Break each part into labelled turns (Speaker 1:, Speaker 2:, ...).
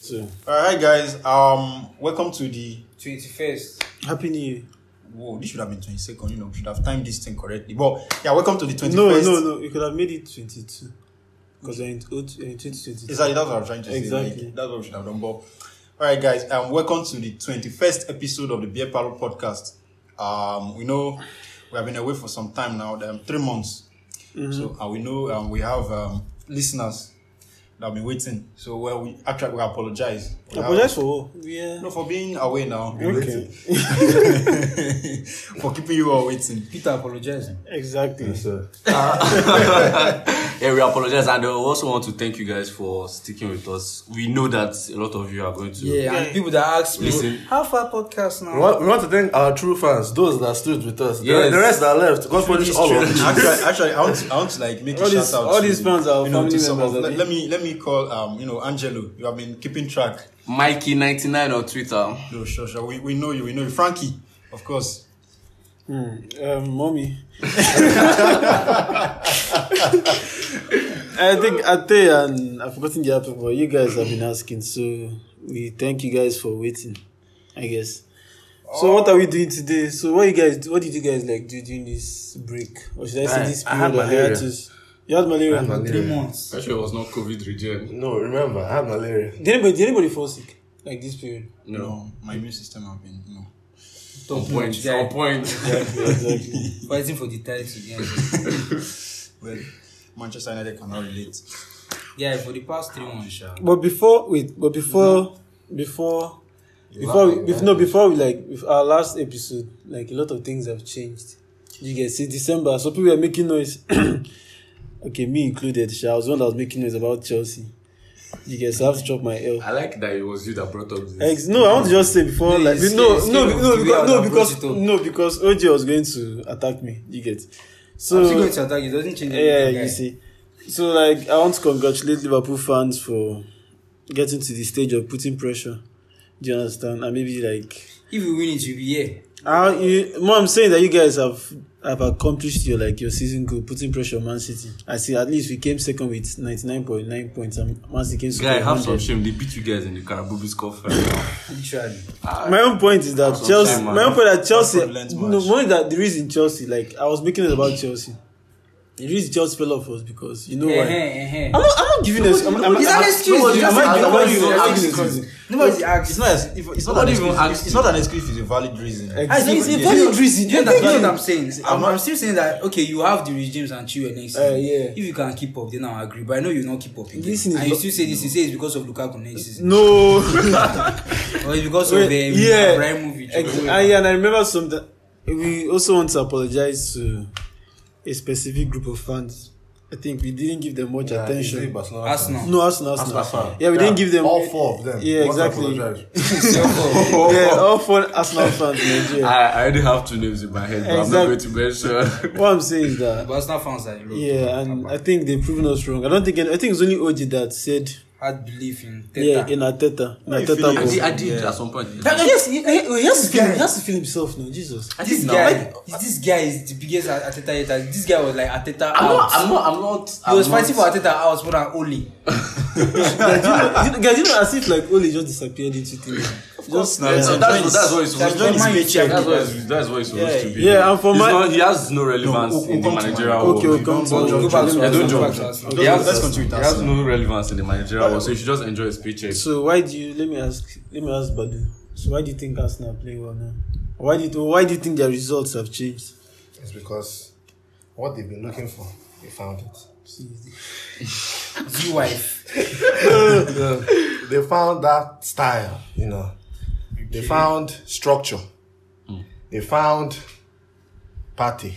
Speaker 1: So
Speaker 2: All right, guys. Um, welcome to the.
Speaker 3: Twenty first.
Speaker 1: happy new year.
Speaker 2: Whoa, this should have been twenty second. You know, we should have timed this thing correctly. But yeah, welcome to the twenty
Speaker 1: No,
Speaker 2: first.
Speaker 1: no, no. You could have made it twenty two because you're in, old- you're in twenty twenty two.
Speaker 2: Exactly, that's what I'm trying to say.
Speaker 1: Exactly.
Speaker 2: Like, that's what we should have done. But all right, guys. Um, welcome to the twenty first episode of the Beer Parlor podcast. Um, we know we have been away for some time now, um, three months.
Speaker 1: Mm-hmm.
Speaker 2: So and we know um, we have um, listeners that have been waiting. So well, we actually we apologize. We have-
Speaker 1: Apologize for what? Yeah.
Speaker 2: No, for being away now.
Speaker 1: Okay.
Speaker 2: for keeping you all waiting.
Speaker 3: Peter apologizing.
Speaker 1: Exactly.
Speaker 4: Yeah, we apologize, and I also want to thank you guys for sticking with us. We know that a lot of you are going to
Speaker 3: Yeah, and people that ask me,
Speaker 4: Listen.
Speaker 3: how far podcast now?
Speaker 5: We want, we want to thank our true fans, those that stood with us. The-
Speaker 4: Yes.
Speaker 5: The, rest that left, God punish all of them.
Speaker 2: actually, actually, I want to, I want to like make
Speaker 1: All
Speaker 2: a
Speaker 1: these-
Speaker 2: shout out.
Speaker 1: all
Speaker 2: to,
Speaker 1: these fans are
Speaker 2: you know,
Speaker 1: family
Speaker 2: to some
Speaker 1: members,
Speaker 2: of-
Speaker 1: I
Speaker 2: let,
Speaker 1: think.
Speaker 2: let me let me call um you know Angelo. You have been keeping track.
Speaker 4: Mikey99 on Twitter.
Speaker 2: No, sure, sure. We, we know you. We know you, Frankie, of course.
Speaker 1: Um, mommy. I think Ate and I've forgotten the other people. You guys have been asking, so we thank you guys for waiting. I guess. So what are we doing today? So what you guys? What did you guys like do during this break, or should I say
Speaker 5: I-
Speaker 1: this
Speaker 5: I
Speaker 1: period?
Speaker 5: had
Speaker 1: of
Speaker 5: malaria.
Speaker 1: hiatus? You had malaria.
Speaker 5: malaria.
Speaker 3: Three months.
Speaker 4: Actually, it was not COVID regen.
Speaker 5: No, remember, I have malaria.
Speaker 1: Did anybody? Did anybody fall sick like this period?
Speaker 2: You know, my immune system have been you know.
Speaker 4: On
Speaker 3: Top
Speaker 4: point.
Speaker 3: notch guy.
Speaker 4: On point.
Speaker 1: exactly.
Speaker 3: Fighting for the title again.
Speaker 2: Well, Manchester United cannot relate.
Speaker 3: yeah, for the past three months. Yeah.
Speaker 1: But before wait, but before before before we, bef- no before we like with our last episode, like a lot of things have changed. You guys see December, so people are making noise. okay, me included. sha, I was the one that was making noise about Chelsea. You guys have to chop my L.
Speaker 4: I like that it was you that brought up this.
Speaker 1: Ex- no, I want to just say before,
Speaker 3: No,
Speaker 1: like,
Speaker 3: it's-
Speaker 1: no,
Speaker 3: it's
Speaker 1: no,
Speaker 3: kind of
Speaker 1: no,
Speaker 3: the way I
Speaker 1: because, no,
Speaker 3: would
Speaker 1: because,
Speaker 3: approach it
Speaker 1: no, because OJ was going to attack me. You get so
Speaker 3: I'm still going to attack. It doesn't change
Speaker 1: yeah,
Speaker 3: anything.
Speaker 1: you
Speaker 3: guy.
Speaker 1: see. So like I want to congratulate Liverpool fans for getting to the stage of putting pressure. Do you understand? And maybe like
Speaker 3: If we win it, you'll be here.
Speaker 1: how you more I'm saying that you guys have have accomplished your like your season goal, putting pressure on Man City. I see at least we came second with ninety nine point nine points and Man City came
Speaker 4: Guy,
Speaker 1: second.
Speaker 4: have
Speaker 1: with
Speaker 4: some
Speaker 1: 100.
Speaker 4: shame. They beat you guys in the Carabubis Cup final.
Speaker 3: Literally.
Speaker 1: My own point is that
Speaker 4: some
Speaker 1: Chelsea
Speaker 4: shame, man.
Speaker 1: my own point that Chelsea
Speaker 2: That's what we
Speaker 1: no
Speaker 2: learnt much.
Speaker 1: more that the reason Chelsea, like I was making it about Chelsea. The reason Chelsea fell off was because you know
Speaker 3: Eh,
Speaker 1: why.
Speaker 3: eh, eh.
Speaker 1: I'm not, I'm not giving this. I'm, I'm,
Speaker 3: It's
Speaker 1: I'm,
Speaker 3: an excuse.
Speaker 1: I'm,
Speaker 3: You
Speaker 1: I'm,
Speaker 3: just
Speaker 1: not-
Speaker 3: asked
Speaker 1: I'm not
Speaker 3: about
Speaker 1: giving
Speaker 3: it.
Speaker 1: I'm not
Speaker 3: It's
Speaker 1: giving
Speaker 3: an
Speaker 1: an excuse.
Speaker 3: Nobody's asked.
Speaker 2: It's not. as- If, it's not
Speaker 4: Nobody
Speaker 2: an
Speaker 4: even
Speaker 2: excuse.
Speaker 4: asked
Speaker 2: It's not an excuse. It's a valid reason.
Speaker 1: Ex-
Speaker 3: I
Speaker 1: It's-
Speaker 3: think-
Speaker 1: it's a
Speaker 3: you
Speaker 1: valid
Speaker 3: know-
Speaker 1: reason.
Speaker 3: You know, that's
Speaker 1: Yeah.
Speaker 3: what I'm saying. I'm,
Speaker 2: not-
Speaker 3: I'm still saying that, okay, you have the regimes and Chile next
Speaker 1: Eh,
Speaker 3: season.
Speaker 1: yeah.
Speaker 3: If you can keep up, then I'll agree. But I know you'll not keep up. Again.
Speaker 1: Listen, it's
Speaker 3: and you
Speaker 1: not-
Speaker 3: still say this, you say it's because of Lukaku next season.
Speaker 1: No.
Speaker 3: Or it's because of um,
Speaker 1: Wait,
Speaker 3: the
Speaker 1: yeah.
Speaker 3: Abramovich. or
Speaker 1: Ex-
Speaker 3: whoever.
Speaker 1: I, and I remember something. We also want to apologize to a specific group of fans. I think we didn't give them much
Speaker 5: Yeah, usually
Speaker 1: attention.
Speaker 5: Barcelona
Speaker 3: Arsenal.
Speaker 5: fans.
Speaker 1: No, Arsenal, Arsenal.
Speaker 5: Arsenal fan.
Speaker 1: Yeah, we didn't give them
Speaker 5: all four of them.
Speaker 1: Yeah,
Speaker 5: We want to
Speaker 1: exactly.
Speaker 5: apologize.
Speaker 1: Yeah, all four Arsenal fans in
Speaker 5: Ah.
Speaker 1: Nigeria.
Speaker 4: I, I already have two names in my head, but
Speaker 1: Exact-
Speaker 4: I'm not going to mention.
Speaker 1: What I'm saying is that
Speaker 3: But Arsenal fans are in love.
Speaker 1: yeah, and I think they've proven us wrong. I don't think any, I think it's only OG that said
Speaker 3: Had belief in Teta.
Speaker 1: yeah in Ateta. In
Speaker 2: you feeling?
Speaker 4: I
Speaker 1: Ateta.
Speaker 4: did, I did at some point.
Speaker 1: Yes, he, he, he has to feel, he has to feel himself now. Jesus.
Speaker 4: I
Speaker 3: This
Speaker 4: did now.
Speaker 3: guy, this guy is the biggest Ar- Arteta hater. This guy was like Arteta
Speaker 4: I'm
Speaker 3: out.
Speaker 4: not. I'm not. I'm not.
Speaker 3: he was
Speaker 4: I'm
Speaker 3: fighting
Speaker 4: not,
Speaker 3: for Arteta out more than Oli.
Speaker 1: guys, you know, you know- guys, you know, as if like Ole just disappeared into thin air. Just
Speaker 2: now,
Speaker 1: yeah.
Speaker 2: it's
Speaker 4: So that's, that's what it's supposed to
Speaker 2: Enjoy
Speaker 4: be.
Speaker 2: his paycheck.
Speaker 4: That's what it's, that's what it's supposed to be.
Speaker 1: Yeah, and for
Speaker 4: He's
Speaker 1: my-
Speaker 4: not, he has no relevance
Speaker 2: No, we'll-
Speaker 4: in the
Speaker 2: we'll come to
Speaker 4: managerial
Speaker 2: my-
Speaker 4: world.
Speaker 1: okay, we'll come
Speaker 3: Go
Speaker 1: to
Speaker 3: back to
Speaker 4: Yeah, don't
Speaker 3: Arsenal, go back
Speaker 4: joke.
Speaker 3: to Arsenal.
Speaker 4: He has,
Speaker 2: Let's continue with
Speaker 4: he has
Speaker 2: Arsenal.
Speaker 4: no relevance in the managerial world, so he should just enjoy his paycheck.
Speaker 1: So why do you let me ask let me ask Badu? So why do you think Arsenal are playing well now? Why do you, why do you think their results have changed?
Speaker 5: It's because what they've been looking for, they found it.
Speaker 3: His wife.
Speaker 5: They found that style, you know. They found structure.
Speaker 1: Hmm.
Speaker 5: They found party.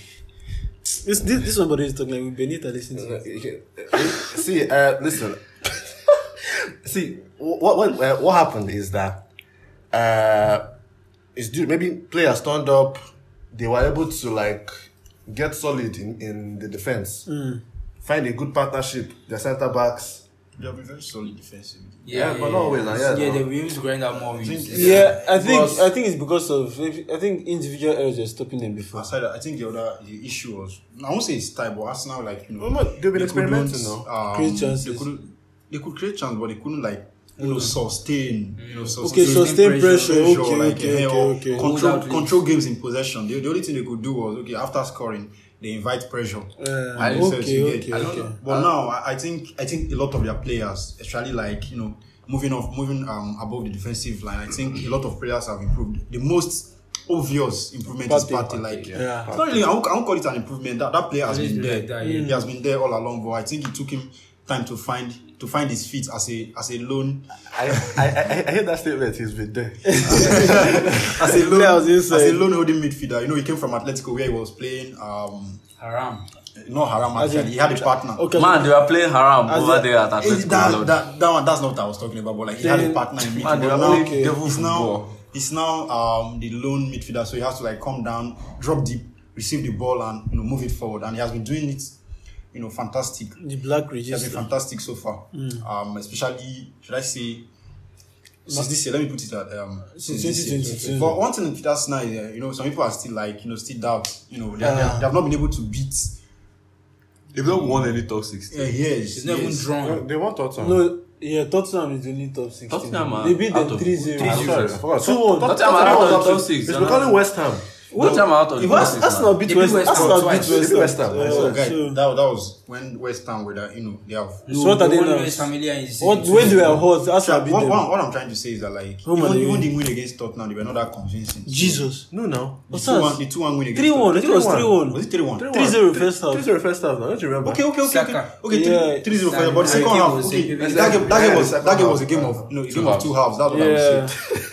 Speaker 1: This this, this one Badu is talking like with Benita listening to. it.
Speaker 5: see, uh, listen. see, wh- what what uh, what happened is that uh, is due maybe players turned up. They were able to like get solid in in the defense,
Speaker 1: Hmm.
Speaker 5: find a good partnership. The centre backs,
Speaker 2: They have been very solid defensively.
Speaker 5: Yeah, but not always, like, yeah,
Speaker 3: yeah,
Speaker 5: no.
Speaker 3: they were able to grind out more wins.
Speaker 1: Yeah, I think
Speaker 5: Because-
Speaker 1: I think it's because of I think individual errors are stopping them before.
Speaker 2: Aside, that, I think the other the issue was I won't say it's time, but Arsenal like you know
Speaker 5: Well, no, they've been
Speaker 2: they couldn't,
Speaker 5: experimenting now.
Speaker 2: Um,
Speaker 1: Create chances.
Speaker 2: They could they could create chance, but they couldn't like you know, sustain, you know, sustain.
Speaker 1: Okay, sustain
Speaker 3: Sustain
Speaker 1: pressure.
Speaker 3: pressure,
Speaker 1: Okay,
Speaker 2: pressure, like,
Speaker 1: okay,
Speaker 2: eh, or
Speaker 1: okay, okay.
Speaker 3: con-
Speaker 2: Control,
Speaker 3: Hold out
Speaker 2: control games in possession. The, the only thing they could do was okay after scoring, they invite pressure.
Speaker 1: Uh,
Speaker 2: And so it's
Speaker 1: okay,
Speaker 2: good.
Speaker 1: okay,
Speaker 2: I don't
Speaker 1: okay.
Speaker 2: know. But now I, I think I think a lot of their players, especially like you know, moving off, moving um above the defensive line. I think a lot of players have improved. The most obvious improvement is
Speaker 1: Partey.
Speaker 2: Partey. Like
Speaker 1: Yeah.
Speaker 2: it's not really. I won't, I won't call it an improvement. That that player has
Speaker 3: It is
Speaker 2: been there.
Speaker 3: like that, yeah.
Speaker 2: He has been there all along. But I think it took him time to find to find his feet as a as a lone
Speaker 5: I, I, I, I hear that statement. He's been there.
Speaker 2: as a lone
Speaker 1: Player was
Speaker 2: as
Speaker 1: inside.
Speaker 2: a lone holding midfielder. You know, he came from Atletico where he was playing. Um,
Speaker 3: Haram.
Speaker 2: not Haram
Speaker 1: As in-
Speaker 2: actually. he had a partner.
Speaker 1: Okay.
Speaker 4: Man, they were playing haram
Speaker 1: As
Speaker 4: over
Speaker 1: a-
Speaker 4: there
Speaker 2: It's
Speaker 4: at Atletico.
Speaker 2: that,
Speaker 4: Madrid.
Speaker 2: that, that one, that's not what I was talking about, but like he had
Speaker 1: Then-
Speaker 2: a partner in midfield.
Speaker 4: Man, they
Speaker 2: but
Speaker 4: are
Speaker 2: now,
Speaker 4: playing devil
Speaker 2: he's
Speaker 4: football.
Speaker 2: now, he's now um, the lone midfielder, so he has to like come down, drop deep, receive the ball, and you know move it forward. And he has been doing it, you know, fantastic. He
Speaker 1: The black
Speaker 2: has been
Speaker 1: register.
Speaker 2: fantastic so far. Um, especially should I say since this year? Let me put it at um,
Speaker 1: Since
Speaker 2: this year.
Speaker 1: 2022.
Speaker 2: But one thing with Arsenal is, uh, you know, some people are still like you know still doubt. You know, they, they- they have not been able to beat.
Speaker 4: They've not won any top six.
Speaker 2: Uh, yes,
Speaker 3: It's not even
Speaker 2: yes.
Speaker 5: Well,
Speaker 3: drawn.
Speaker 5: They want Tottenham.
Speaker 1: No, yeah, Tottenham is only top 16.
Speaker 4: Tottenham are
Speaker 1: they beat
Speaker 4: out
Speaker 1: them
Speaker 4: of-
Speaker 1: 3
Speaker 5: I'm
Speaker 1: 0.
Speaker 4: 3-0.
Speaker 5: sorry, I forgot.
Speaker 1: Two one.
Speaker 5: Tot-
Speaker 4: Tottenham are
Speaker 5: Tottenham
Speaker 4: out of
Speaker 5: was
Speaker 4: top
Speaker 5: up to-
Speaker 4: six,
Speaker 5: It's
Speaker 4: no, no.
Speaker 5: becoming West Ham.
Speaker 4: Tottenham are out of
Speaker 1: If
Speaker 4: the top
Speaker 1: Ars-
Speaker 4: six
Speaker 1: Arsenal
Speaker 4: now.
Speaker 1: beat
Speaker 3: They beat
Speaker 1: West
Speaker 3: West Ham
Speaker 1: Arsenal
Speaker 3: twice.
Speaker 1: beat
Speaker 3: They
Speaker 1: West
Speaker 5: beat
Speaker 1: Ham.
Speaker 5: West Ham.
Speaker 1: Yeah,
Speaker 2: So, guy,
Speaker 1: so-
Speaker 2: that, that was when West Ham were that, you know, they have
Speaker 1: So what are they now?
Speaker 3: Familiar in the season.
Speaker 1: What when they were hot, Arsenal
Speaker 2: What,
Speaker 1: beat
Speaker 2: what,
Speaker 1: them.
Speaker 2: what I'm trying to say is that like
Speaker 1: Who
Speaker 2: even,
Speaker 1: are they
Speaker 2: even
Speaker 1: with?
Speaker 2: the win against Tottenham, they were not that convincing.
Speaker 1: Jesus.
Speaker 5: No, no.
Speaker 2: the
Speaker 1: What's
Speaker 2: two one,
Speaker 1: that?
Speaker 2: the two one win against
Speaker 1: 3 1. I
Speaker 2: Tottenham.
Speaker 1: think it was 3
Speaker 5: 3-1.
Speaker 1: 1.
Speaker 2: Was it three one?
Speaker 1: 3-0 first half.
Speaker 5: 3-0 first half. now, Don't you remember?
Speaker 2: Okay, okay, okay, okay.
Speaker 3: Saka.
Speaker 2: Okay,
Speaker 1: Yeah.
Speaker 2: three- three zero first, but the
Speaker 3: Saka.
Speaker 2: second
Speaker 3: Yeah,
Speaker 2: half,
Speaker 3: was
Speaker 2: okay,
Speaker 3: it-
Speaker 2: that game, that
Speaker 5: Yeah,
Speaker 2: game
Speaker 5: the
Speaker 2: was
Speaker 5: second
Speaker 2: that game
Speaker 5: half.
Speaker 2: was a game of no, a game of
Speaker 4: halves.
Speaker 2: two halves. That's what I'm
Speaker 1: Yeah.
Speaker 2: saying.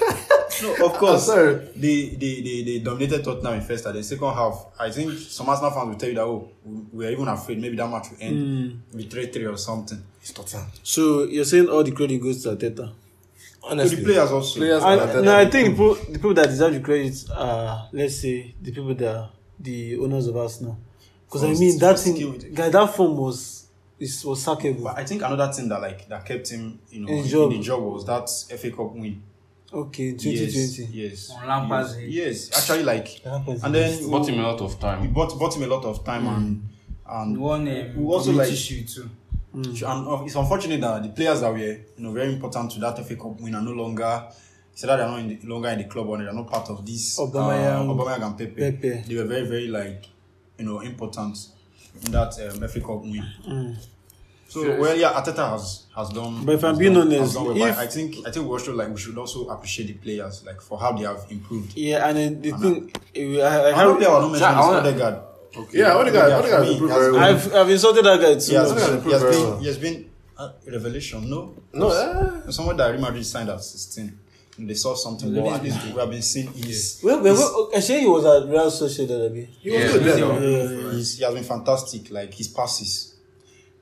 Speaker 2: No, of course,
Speaker 5: I'm sorry.
Speaker 2: they, they they they dominated Tottenham in first half. The second half, I think some Arsenal fans will tell you that oh, we we are even afraid maybe that match will end
Speaker 1: Hmm.
Speaker 2: with three three or something.
Speaker 5: It's Tottenham.
Speaker 1: So you're saying all the credit goes to Ateta.
Speaker 5: Honestly.
Speaker 2: So the players also.
Speaker 5: Players
Speaker 1: I,
Speaker 5: and Arteta.
Speaker 1: no, I think the people, the people that deserve the credit are, let's say, the people that are the owners of Arsenal. Because I
Speaker 2: First-
Speaker 1: mean, that
Speaker 2: first skill.
Speaker 1: thing, guy, that form was is, was
Speaker 2: But
Speaker 1: sackable.
Speaker 2: I think another thing that like that kept him, you know,
Speaker 1: In
Speaker 2: in,
Speaker 1: job.
Speaker 2: the job was that FA Cup win.
Speaker 1: Okay,
Speaker 2: Yes,
Speaker 1: 2020.
Speaker 2: yes,
Speaker 3: On Lampard's
Speaker 2: yes,
Speaker 3: head.
Speaker 2: yes. Actually, like,
Speaker 1: Lampard's
Speaker 2: and
Speaker 1: head.
Speaker 2: then we
Speaker 4: Bought him a lot of
Speaker 2: we
Speaker 4: time.
Speaker 2: bought bought him a lot of time and and
Speaker 3: One
Speaker 2: we
Speaker 3: um,
Speaker 2: also like
Speaker 3: issue too.
Speaker 2: Mm. and of- it's unfortunate that the players that were you know very important to that FA Cup win are no longer. So that they're not in the, longer in the club or they're not part of this.
Speaker 1: Aubameyang,
Speaker 2: uh, Aubameyang and Pepe.
Speaker 1: Pepe.
Speaker 2: They were very very like you know important in that um, FA Cup win. So well, yeah, Ateta has has done.
Speaker 1: Mm. But if I'm
Speaker 2: has
Speaker 1: being
Speaker 2: done- has
Speaker 1: honest,
Speaker 2: done well. But
Speaker 1: if-
Speaker 2: I think I think we also like we should also appreciate the players like for how they have improved.
Speaker 1: Yeah, and then the thing, eh, I, I
Speaker 2: I hope they Uh-huh. are not
Speaker 4: Sha- I wanna-
Speaker 2: mentioning Odegaard.
Speaker 5: Yeah, Odegaard.
Speaker 2: Yeah,
Speaker 5: Odegaard
Speaker 2: for me,
Speaker 5: improved
Speaker 2: that's
Speaker 5: very well.
Speaker 1: have I've insulted that guy too.
Speaker 2: He has,
Speaker 1: much.
Speaker 5: Odegaard
Speaker 2: he
Speaker 5: improved
Speaker 2: has
Speaker 5: very
Speaker 2: been
Speaker 5: well.
Speaker 2: he has been a revelation. No,
Speaker 5: No, eh.
Speaker 2: someone that Real Madrid signed at sixteen. And they saw something. Well, at least we have been seeing his.
Speaker 1: Well, well, well, actually, he was at Real Sociedad, abi.
Speaker 5: He was
Speaker 4: Yeah,
Speaker 5: good
Speaker 4: he's
Speaker 5: then.
Speaker 4: young.
Speaker 1: Yeah.
Speaker 2: his- He has been fantastic. Like his passes,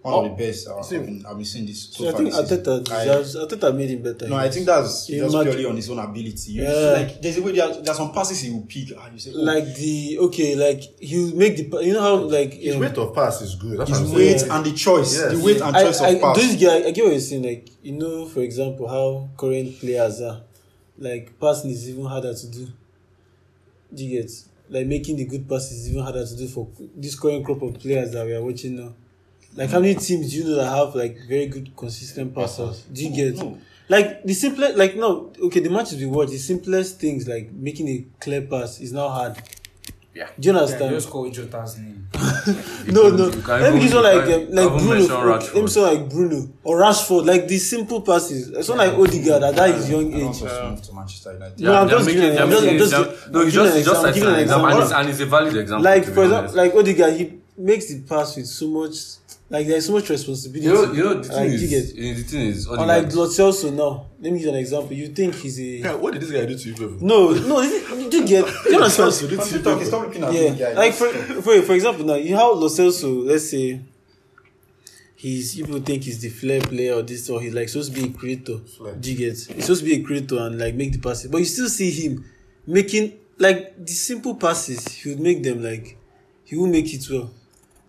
Speaker 2: one of the best. I've been, I've been seeing this
Speaker 1: So
Speaker 2: so
Speaker 1: Oh. I
Speaker 2: far.
Speaker 1: think
Speaker 2: this season.
Speaker 1: Ateta
Speaker 2: I-
Speaker 1: deserves. Ateta made him better.
Speaker 2: No, I think that's
Speaker 1: He
Speaker 2: just
Speaker 1: might-
Speaker 2: purely on his own ability. You
Speaker 1: Yeah.
Speaker 2: like there's a way there are, there are some passes he will pick and you say, oh,
Speaker 1: like the okay, like he'll make the pa- you know how like
Speaker 5: His
Speaker 1: um,
Speaker 5: weight of pass is good. That's
Speaker 2: his
Speaker 5: what I'm
Speaker 2: weight
Speaker 5: saying.
Speaker 2: and the choice,
Speaker 5: Yes.
Speaker 2: the weight and
Speaker 1: I,
Speaker 2: choice
Speaker 1: I,
Speaker 2: of pass.
Speaker 1: This guy, I get what you're saying. Like you know, for example, how current players are. Like passing is even harder to do. Do you get? Like making the good pass is even harder to do for this current crop of players that we are watching now. Like how many teams do you know that have like very good consistent passers? Do you get?
Speaker 2: no.
Speaker 1: Like the simplest, like no, okay, the matches we watch, the simplest things like making a clear pass is now hard.
Speaker 4: Yeah.
Speaker 1: Do you
Speaker 3: Yeah,
Speaker 1: understand?
Speaker 3: just call Jota's name.
Speaker 1: no,
Speaker 4: can-
Speaker 1: no.
Speaker 4: you can
Speaker 1: Let me
Speaker 4: even-
Speaker 1: give someone
Speaker 4: you
Speaker 1: like
Speaker 4: can
Speaker 1: um, like
Speaker 4: even
Speaker 1: Bruno.
Speaker 4: mention
Speaker 1: Let
Speaker 4: Rashford.
Speaker 1: me someone like Bruno or Rashford. Like the simple passes. Someone like Odegaard at that his young
Speaker 2: And
Speaker 1: age.
Speaker 2: also moved to Manchester United.
Speaker 1: No, I'm
Speaker 4: They're
Speaker 1: just
Speaker 4: making-
Speaker 1: giving-
Speaker 4: they're
Speaker 1: I'm just-
Speaker 4: making
Speaker 1: I'm just gi-
Speaker 4: exam- No,
Speaker 1: I'm
Speaker 4: it's
Speaker 1: giving
Speaker 4: just
Speaker 1: an
Speaker 4: it's just
Speaker 1: example, I'm
Speaker 4: like
Speaker 1: giving
Speaker 4: an
Speaker 1: an
Speaker 4: example, and
Speaker 1: example.
Speaker 4: it's- and it's a valid example.
Speaker 1: Like
Speaker 4: to be
Speaker 1: for
Speaker 4: honest.
Speaker 1: example, like Odegaard, he makes the pass with so much. Like there's so much responsibility.
Speaker 4: You know, you know the thing
Speaker 1: like, you
Speaker 4: is,
Speaker 1: get-
Speaker 4: the thing is,
Speaker 1: Or like
Speaker 4: Odegaard-
Speaker 1: Lo Celso now. Let me give you an example. You think he's
Speaker 5: Yeah,
Speaker 1: a
Speaker 5: what did this guy do to you, people?
Speaker 1: no, no. is it- Do you get? Do you understand?
Speaker 5: What did
Speaker 2: Stop
Speaker 5: this guy do to
Speaker 2: talking,
Speaker 5: you people?
Speaker 2: stop looking at me,
Speaker 1: yeah.
Speaker 2: guys.
Speaker 1: Like for, for for example now, you have Lo Celso, let's say he's people think he's the flair player or this or he's like supposed to be a creator.
Speaker 5: Flair.
Speaker 1: Do you get? He's supposed to be a creator and like make the passes. But you still see him making like the simple passes, he would make them like he will make it well.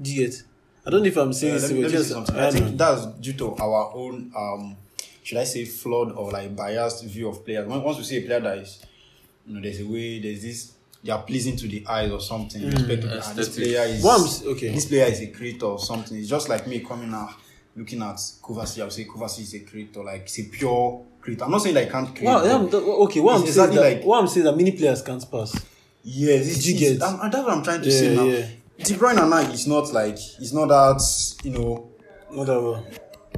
Speaker 1: Do you get? I don't know if I'm saying
Speaker 2: Yeah,
Speaker 1: this,
Speaker 2: Uh, let me-
Speaker 1: but
Speaker 2: let me
Speaker 1: just
Speaker 2: say something.
Speaker 1: I
Speaker 2: I think
Speaker 1: know.
Speaker 2: that's due to our own, um, should I say, flawed or like biased view of players. When, once we see a player that is, you know, there's a way, there's this, they are pleasing to the eyes or something. Respect to the- and this
Speaker 4: Aesthetic.
Speaker 2: player is,
Speaker 1: What Hmm, I'm s- okay.
Speaker 2: this player is a creator or something. It's just like me coming out. looking at Kovacic, I would say Kovacic is a creator, like he's a pure creator. I'm not saying that he can't create.
Speaker 1: Wow,
Speaker 2: but-
Speaker 1: yeah, I'm- okay, what I'm,
Speaker 2: It's
Speaker 1: saying
Speaker 2: exactly
Speaker 1: that,
Speaker 2: like-
Speaker 1: what I'm saying that many players can't pass.
Speaker 2: Yes, it's,
Speaker 1: you
Speaker 2: it's-
Speaker 1: get?
Speaker 2: I'm- that's what I'm trying to
Speaker 1: Yeah,
Speaker 2: say now.
Speaker 1: yeah.
Speaker 2: De Bruyne and I is not like it's not that you know
Speaker 1: Not that well.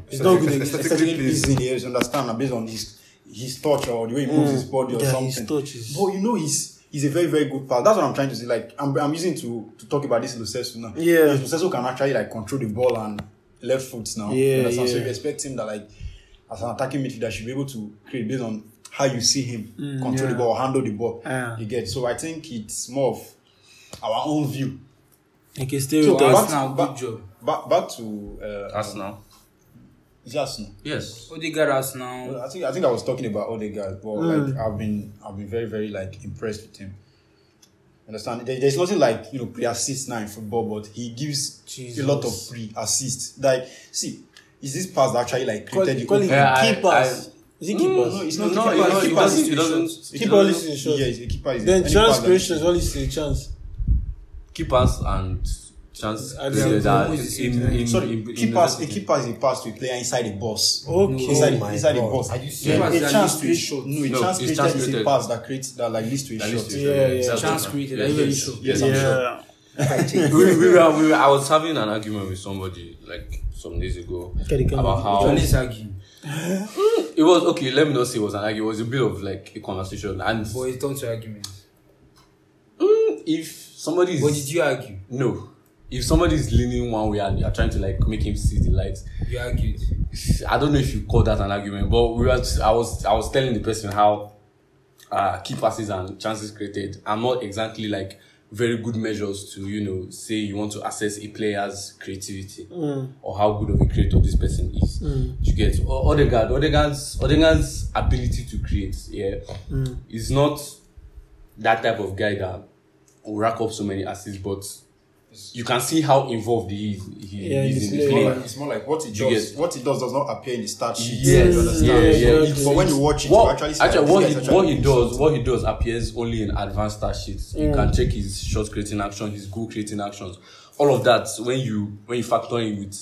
Speaker 1: It's not good.
Speaker 2: It's
Speaker 1: against-
Speaker 2: aesthetically pleasing. Yes, you understand. and Based on his his touch or the way he moves his body or
Speaker 1: Mm. Yeah,
Speaker 2: something.
Speaker 1: his touch is-
Speaker 2: But you know, he's he's a very very good pass. That's what I'm trying to say. Like I'm, I'm using to to talk about this Lucesso now.
Speaker 1: Yeah.
Speaker 2: Because Lucesso can actually like control the ball and left foot now. You
Speaker 1: Yeah,
Speaker 2: understand? So
Speaker 1: yeah.
Speaker 2: you expect him that like as an attacking midfielder should be able to create based on how you see him control the ball, handle the ball.
Speaker 1: Mm, Yeah.
Speaker 2: You get. So I think it's more of our own view.
Speaker 1: Okay,
Speaker 2: So
Speaker 1: stereotypes.
Speaker 2: back,
Speaker 3: Arsenal,
Speaker 2: back,
Speaker 3: good job.
Speaker 2: back, back to uh,
Speaker 4: Arsenal.
Speaker 2: is it Arsenal?
Speaker 4: Yes.
Speaker 3: Odegaard
Speaker 1: Uh,
Speaker 3: Arsenal.
Speaker 2: I think I think I was talking about Odegaard, but
Speaker 1: Mm.
Speaker 2: like I've been I've been very very like impressed with him. Understand? There, there's nothing like you know pre assist now in football, but he gives
Speaker 1: Jesus.
Speaker 2: a lot of pre assist. Like, see, is this pass that actually like
Speaker 1: Call,
Speaker 2: created the
Speaker 1: call it
Speaker 2: opening?
Speaker 4: I- Mm.
Speaker 1: keepers. Is it keepers?
Speaker 2: no, it's
Speaker 4: No,
Speaker 2: not
Speaker 4: no,
Speaker 2: keeper.
Speaker 4: it doesn't- it
Speaker 2: Keeper
Speaker 4: doesn't. It
Speaker 2: is-
Speaker 4: doesn't. it
Speaker 1: Keeper only
Speaker 4: doesn't-
Speaker 1: sees a shot.
Speaker 2: Yeah, it's a keeper. Is
Speaker 1: Then
Speaker 2: any
Speaker 1: chance
Speaker 2: pass that-
Speaker 1: creation is only see chance.
Speaker 4: Keepers and chance
Speaker 1: I don't
Speaker 4: players
Speaker 1: know.
Speaker 4: that
Speaker 1: Who
Speaker 4: is
Speaker 1: is
Speaker 4: in, in, in,
Speaker 2: Sorry,
Speaker 4: in,
Speaker 2: keepers. A keeper is a pass to a player inside the box.
Speaker 1: Okay. Oh
Speaker 2: Inside,
Speaker 5: my
Speaker 2: inside the
Speaker 5: God.
Speaker 2: box.
Speaker 5: Are you
Speaker 2: A
Speaker 5: serious?
Speaker 3: Keepers that
Speaker 2: chance
Speaker 3: leads to a
Speaker 2: create-
Speaker 3: shot.
Speaker 2: No, a
Speaker 4: No,
Speaker 2: chance
Speaker 4: it's
Speaker 2: created
Speaker 4: chance
Speaker 2: is a
Speaker 4: created.
Speaker 2: pass that creates that like leads to a
Speaker 4: That
Speaker 2: shot.
Speaker 4: leads to-
Speaker 1: Yeah, yeah.
Speaker 4: Exactly.
Speaker 3: Chance created.
Speaker 4: Yes,
Speaker 3: Are you very
Speaker 4: yes.
Speaker 3: sure?
Speaker 2: Yes, I'm sure.
Speaker 1: Yeah.
Speaker 4: we, we were, we were, I was having an argument with somebody like some days ago
Speaker 1: Can you come
Speaker 4: about
Speaker 1: on?
Speaker 4: how
Speaker 3: Johnny Sagi.
Speaker 4: it was okay. Let me not say it was an argument. It was a bit of like a conversation. And
Speaker 3: But it turned to argument.
Speaker 4: mm, if somebody
Speaker 3: But
Speaker 4: is
Speaker 3: did you argue?
Speaker 4: no, if somebody is leaning one way and you are trying to like make him see the light,
Speaker 3: You argued.
Speaker 4: I don't know if you call that an argument, but we were. I was. I was telling the person how uh, key passes and chances created are not exactly like very good measures to you know say you want to assess a player's creativity or how good of a creator this person is. You get O- Odegaard. Odegaard's Odegaard's ability to create, yeah, is not that type of guy that will rack up so many assists, but. You can see how involved he is. He
Speaker 1: Yeah,
Speaker 4: is
Speaker 1: he's
Speaker 4: in the
Speaker 1: playing.
Speaker 2: It's
Speaker 4: play.
Speaker 2: more like- it's more like what it
Speaker 4: You
Speaker 2: does.
Speaker 4: get-
Speaker 2: What it does does not appear in the stat sheet.
Speaker 4: Yes,
Speaker 2: you understand?
Speaker 4: yeah,
Speaker 2: So
Speaker 4: yeah.
Speaker 2: it- But when you watch it, you
Speaker 4: what,
Speaker 2: actually see
Speaker 4: actually,
Speaker 2: that
Speaker 4: what
Speaker 2: this
Speaker 4: he
Speaker 2: guy is
Speaker 4: what he
Speaker 2: actually
Speaker 4: does
Speaker 2: doing
Speaker 4: what he does appears only in advanced stat sheets. You can check his shot creating action, his goal creating actions, all of that. When you when you factor in with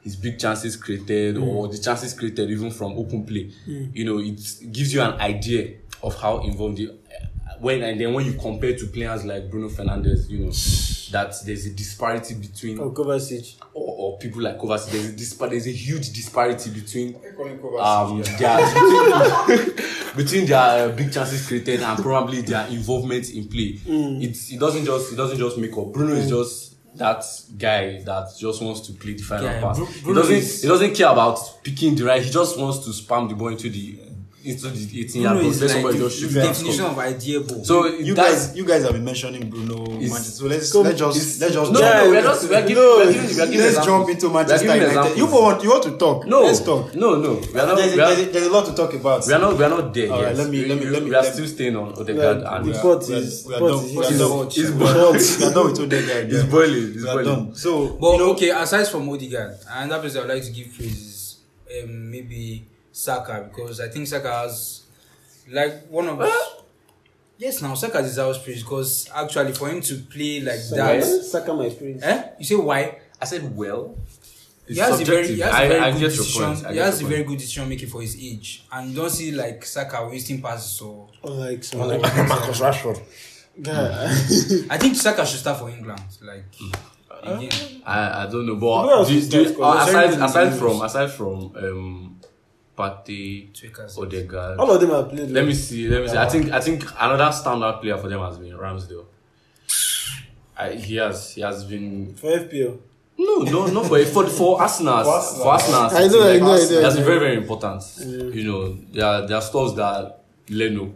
Speaker 4: his big chances created or the chances created even from open play, you know it gives you an idea of how involved you. When and then when you compare to players like Bruno Fernandez, you know that there's a disparity between
Speaker 1: Oh, Kovacic.
Speaker 4: or, or people like Kovacic. There's a dispar- there's a huge disparity between
Speaker 2: something. Calling Kovacic,
Speaker 4: um,
Speaker 2: yeah.
Speaker 4: their between their uh, big chances created and probably their involvement in play.
Speaker 3: Mm.
Speaker 4: It it doesn't just it doesn't just make up. Bruno is just that guy that just wants to play the final
Speaker 3: Yeah,
Speaker 4: pass.
Speaker 3: Bru-
Speaker 4: he
Speaker 3: Bruno
Speaker 4: doesn't
Speaker 3: is-
Speaker 4: he doesn't care about picking the right. He just wants to spam the ball into the into the eighteen yard
Speaker 3: Bruno
Speaker 4: box.
Speaker 3: is
Speaker 4: Let
Speaker 3: like
Speaker 4: somebody
Speaker 3: the
Speaker 4: just shoot
Speaker 3: the
Speaker 4: and
Speaker 3: definition
Speaker 4: score.
Speaker 3: of idea ball.
Speaker 4: So
Speaker 2: You
Speaker 4: that's,
Speaker 2: guys, you guys have been mentioning Bruno Manchester. So let's
Speaker 1: come-
Speaker 2: let's just
Speaker 1: it's-
Speaker 2: let's just
Speaker 4: no,
Speaker 2: jump-
Speaker 4: no, we're just we're giving we're giving we're giving
Speaker 2: let's
Speaker 4: examples.
Speaker 2: jump into
Speaker 4: We're
Speaker 2: Manchester
Speaker 4: giving
Speaker 2: United.
Speaker 4: examples.
Speaker 2: You want you want to talk?
Speaker 4: no,
Speaker 2: let's talk.
Speaker 4: No, no, we are not.
Speaker 2: There's,
Speaker 4: we are-
Speaker 2: there's, there's a lot to talk about.
Speaker 4: We are not. We are not there.
Speaker 2: All
Speaker 4: yet.
Speaker 2: right, let me-
Speaker 4: We-
Speaker 2: let me-
Speaker 4: we-
Speaker 2: let me-
Speaker 4: We are
Speaker 2: let me-
Speaker 4: still staying on Odegaard
Speaker 1: Like,
Speaker 4: and
Speaker 1: the
Speaker 4: we are-
Speaker 1: pot
Speaker 2: We are-
Speaker 1: is
Speaker 2: we are
Speaker 1: pot
Speaker 2: done.
Speaker 1: is
Speaker 2: We are
Speaker 1: heating.
Speaker 2: done.
Speaker 3: It's
Speaker 2: We are done with Odegaard.
Speaker 4: It's boiling. It's
Speaker 2: We are
Speaker 4: boiling.
Speaker 2: done. So
Speaker 3: But
Speaker 2: you know,
Speaker 3: okay, aside from Odegaard, another person I'd like to give praise is um, maybe Saka because I think Saka has like one of yes now Saka deserves praise because actually for him to play like
Speaker 1: Saka-
Speaker 3: that,
Speaker 1: Saka my friend.
Speaker 3: eh? You say why?
Speaker 4: I said well. It's
Speaker 3: he has a very,
Speaker 4: subjective.
Speaker 3: he has a
Speaker 4: I-
Speaker 3: very
Speaker 4: I
Speaker 3: good
Speaker 4: get your
Speaker 3: decision.
Speaker 4: point. I
Speaker 3: He
Speaker 4: get
Speaker 3: has a
Speaker 4: your
Speaker 3: very
Speaker 4: point.
Speaker 3: good decision making for his age, and don't see like Saka wasting passes. So
Speaker 1: Unlike some
Speaker 5: Marcus Rashford.
Speaker 1: guy.
Speaker 3: I think Saka should start for England. Like
Speaker 4: Hmm.
Speaker 3: again,
Speaker 4: I, I don't know,
Speaker 1: Who
Speaker 4: but
Speaker 1: else
Speaker 4: do,
Speaker 1: is
Speaker 4: do,
Speaker 1: that?
Speaker 4: uh, aside
Speaker 1: Because
Speaker 4: aside
Speaker 1: everybody
Speaker 4: from aside from um, Partey,
Speaker 3: Tweakers.
Speaker 4: Odegaard.
Speaker 1: All of them have played.
Speaker 4: Let me see. Let me see. I think I think another standout player for them has been Ramsdale. I, he has he has been
Speaker 1: for FPL.
Speaker 4: No, no, not for for for Arsenal.
Speaker 2: For
Speaker 4: for
Speaker 2: Arsenal.
Speaker 4: Arsenal,
Speaker 1: I know, I know, I know, I
Speaker 4: That's
Speaker 1: know.
Speaker 4: very very important. You know, there are, there are stuff that Leno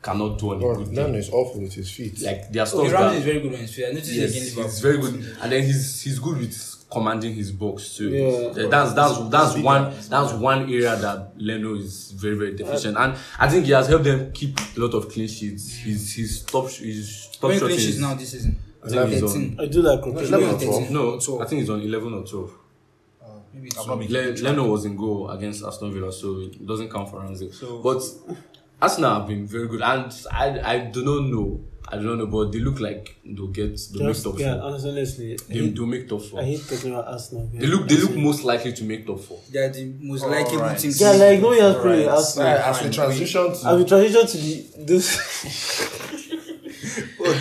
Speaker 4: cannot do on a
Speaker 5: God,
Speaker 4: good
Speaker 5: Leno
Speaker 4: day.
Speaker 5: is awful with his feet.
Speaker 4: Like there are
Speaker 3: okay,
Speaker 4: stuff
Speaker 3: Ramsey is
Speaker 4: that
Speaker 3: very good on his feet. I noticed
Speaker 4: yes,
Speaker 3: against Liverpool.
Speaker 4: he's very good, and then he's he's good with commanding his box too.
Speaker 1: Yeah.
Speaker 4: That's that's that's one that's one area that Leno is very very deficient, and I think he has helped them keep a lot of clean sheets. His his top sh- his top
Speaker 3: When
Speaker 4: shot
Speaker 3: clean sheets
Speaker 4: is-
Speaker 3: now this season?
Speaker 4: I think he's on-
Speaker 3: 13.
Speaker 1: I do like Croatia.
Speaker 5: Eleven
Speaker 3: Maybe
Speaker 5: or twelve.
Speaker 3: 13.
Speaker 4: No,
Speaker 3: Twelve.
Speaker 4: I think he's on eleven or twelve.
Speaker 3: Maybe
Speaker 2: I'm not
Speaker 3: twelve.
Speaker 2: making
Speaker 4: Le- Leno was in goal against Aston Villa, so it doesn't count for Ramsey.
Speaker 2: So-
Speaker 4: but Arsenal have been very good, and I I do not know. I don't know, but they look like they'll get they'll
Speaker 1: Just,
Speaker 4: make top
Speaker 1: yeah,
Speaker 4: four.
Speaker 1: honestly, I
Speaker 4: They,
Speaker 1: hate,
Speaker 4: they'll make top
Speaker 1: I
Speaker 4: four.
Speaker 1: hate talking about Arsenal.
Speaker 4: They look they look most likely to make top four.
Speaker 3: They are the most likable
Speaker 2: Alright.
Speaker 3: team to
Speaker 1: Yeah, like no
Speaker 3: no,
Speaker 1: one else playing Arsenal.
Speaker 5: as we transition to
Speaker 1: I will transition to the this.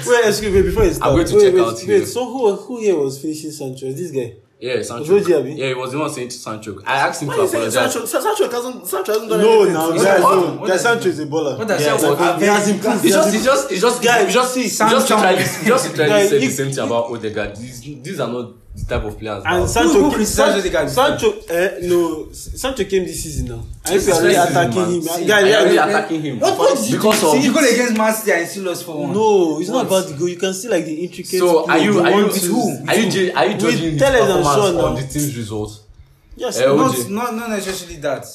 Speaker 1: wait, excuse me. Before it starts,
Speaker 4: going to
Speaker 1: wait,
Speaker 4: check
Speaker 1: wait,
Speaker 4: out
Speaker 1: wait.
Speaker 4: here.
Speaker 1: So who who here was finishing Sancho? This guy.
Speaker 4: Yeah, Sancho.
Speaker 1: Ojoji, abi?
Speaker 4: Yeah, it was the one saying to Sancho. I asked him
Speaker 5: Why
Speaker 4: to
Speaker 5: you saying
Speaker 4: apologize.
Speaker 5: Sancho? Sa- Sancho hasn't, Sancho hasn't done
Speaker 1: No,
Speaker 5: anything.
Speaker 1: now
Speaker 5: to-
Speaker 1: guys,
Speaker 3: what-
Speaker 1: no.
Speaker 3: what
Speaker 1: That
Speaker 3: does-
Speaker 1: Sancho is a baller.
Speaker 3: What does
Speaker 1: yeah,
Speaker 3: Sancho-
Speaker 1: exactly. he has improved.
Speaker 4: It's
Speaker 1: he has
Speaker 4: just, it's just, it's just,
Speaker 1: Guys,
Speaker 4: it's just, it's
Speaker 3: Sancho.
Speaker 4: just, literally- it's just literally
Speaker 1: Guys,
Speaker 4: said the
Speaker 1: you-
Speaker 4: same thing about Odegaard. These, these are not the type of players. that-
Speaker 1: And Sancho,
Speaker 3: who is Sancho the guy before?
Speaker 1: Sancho, eh, no, S- Sancho came this season now. And if
Speaker 4: This
Speaker 1: you
Speaker 4: is
Speaker 1: are really
Speaker 4: first season,
Speaker 1: attacking
Speaker 4: man.
Speaker 1: him,
Speaker 4: See,
Speaker 1: guy,
Speaker 4: I
Speaker 1: yeah,
Speaker 4: am really
Speaker 1: yeah.
Speaker 4: attacking him.
Speaker 1: What- what did you
Speaker 4: because
Speaker 1: do?
Speaker 4: of
Speaker 1: See,
Speaker 3: You go against Man City and still lost for one.
Speaker 1: No, it's not about the goal. You can see like the intricate.
Speaker 4: So are
Speaker 1: play,
Speaker 4: you
Speaker 1: the
Speaker 4: are you
Speaker 1: one twos.
Speaker 4: are you ju- are you
Speaker 1: With
Speaker 4: judging his
Speaker 1: Telles and
Speaker 4: performance
Speaker 1: Son now.
Speaker 4: on the team's result?
Speaker 1: Yes,
Speaker 4: Eh,
Speaker 1: no,
Speaker 4: OJ.
Speaker 3: Not, not, not necessarily that.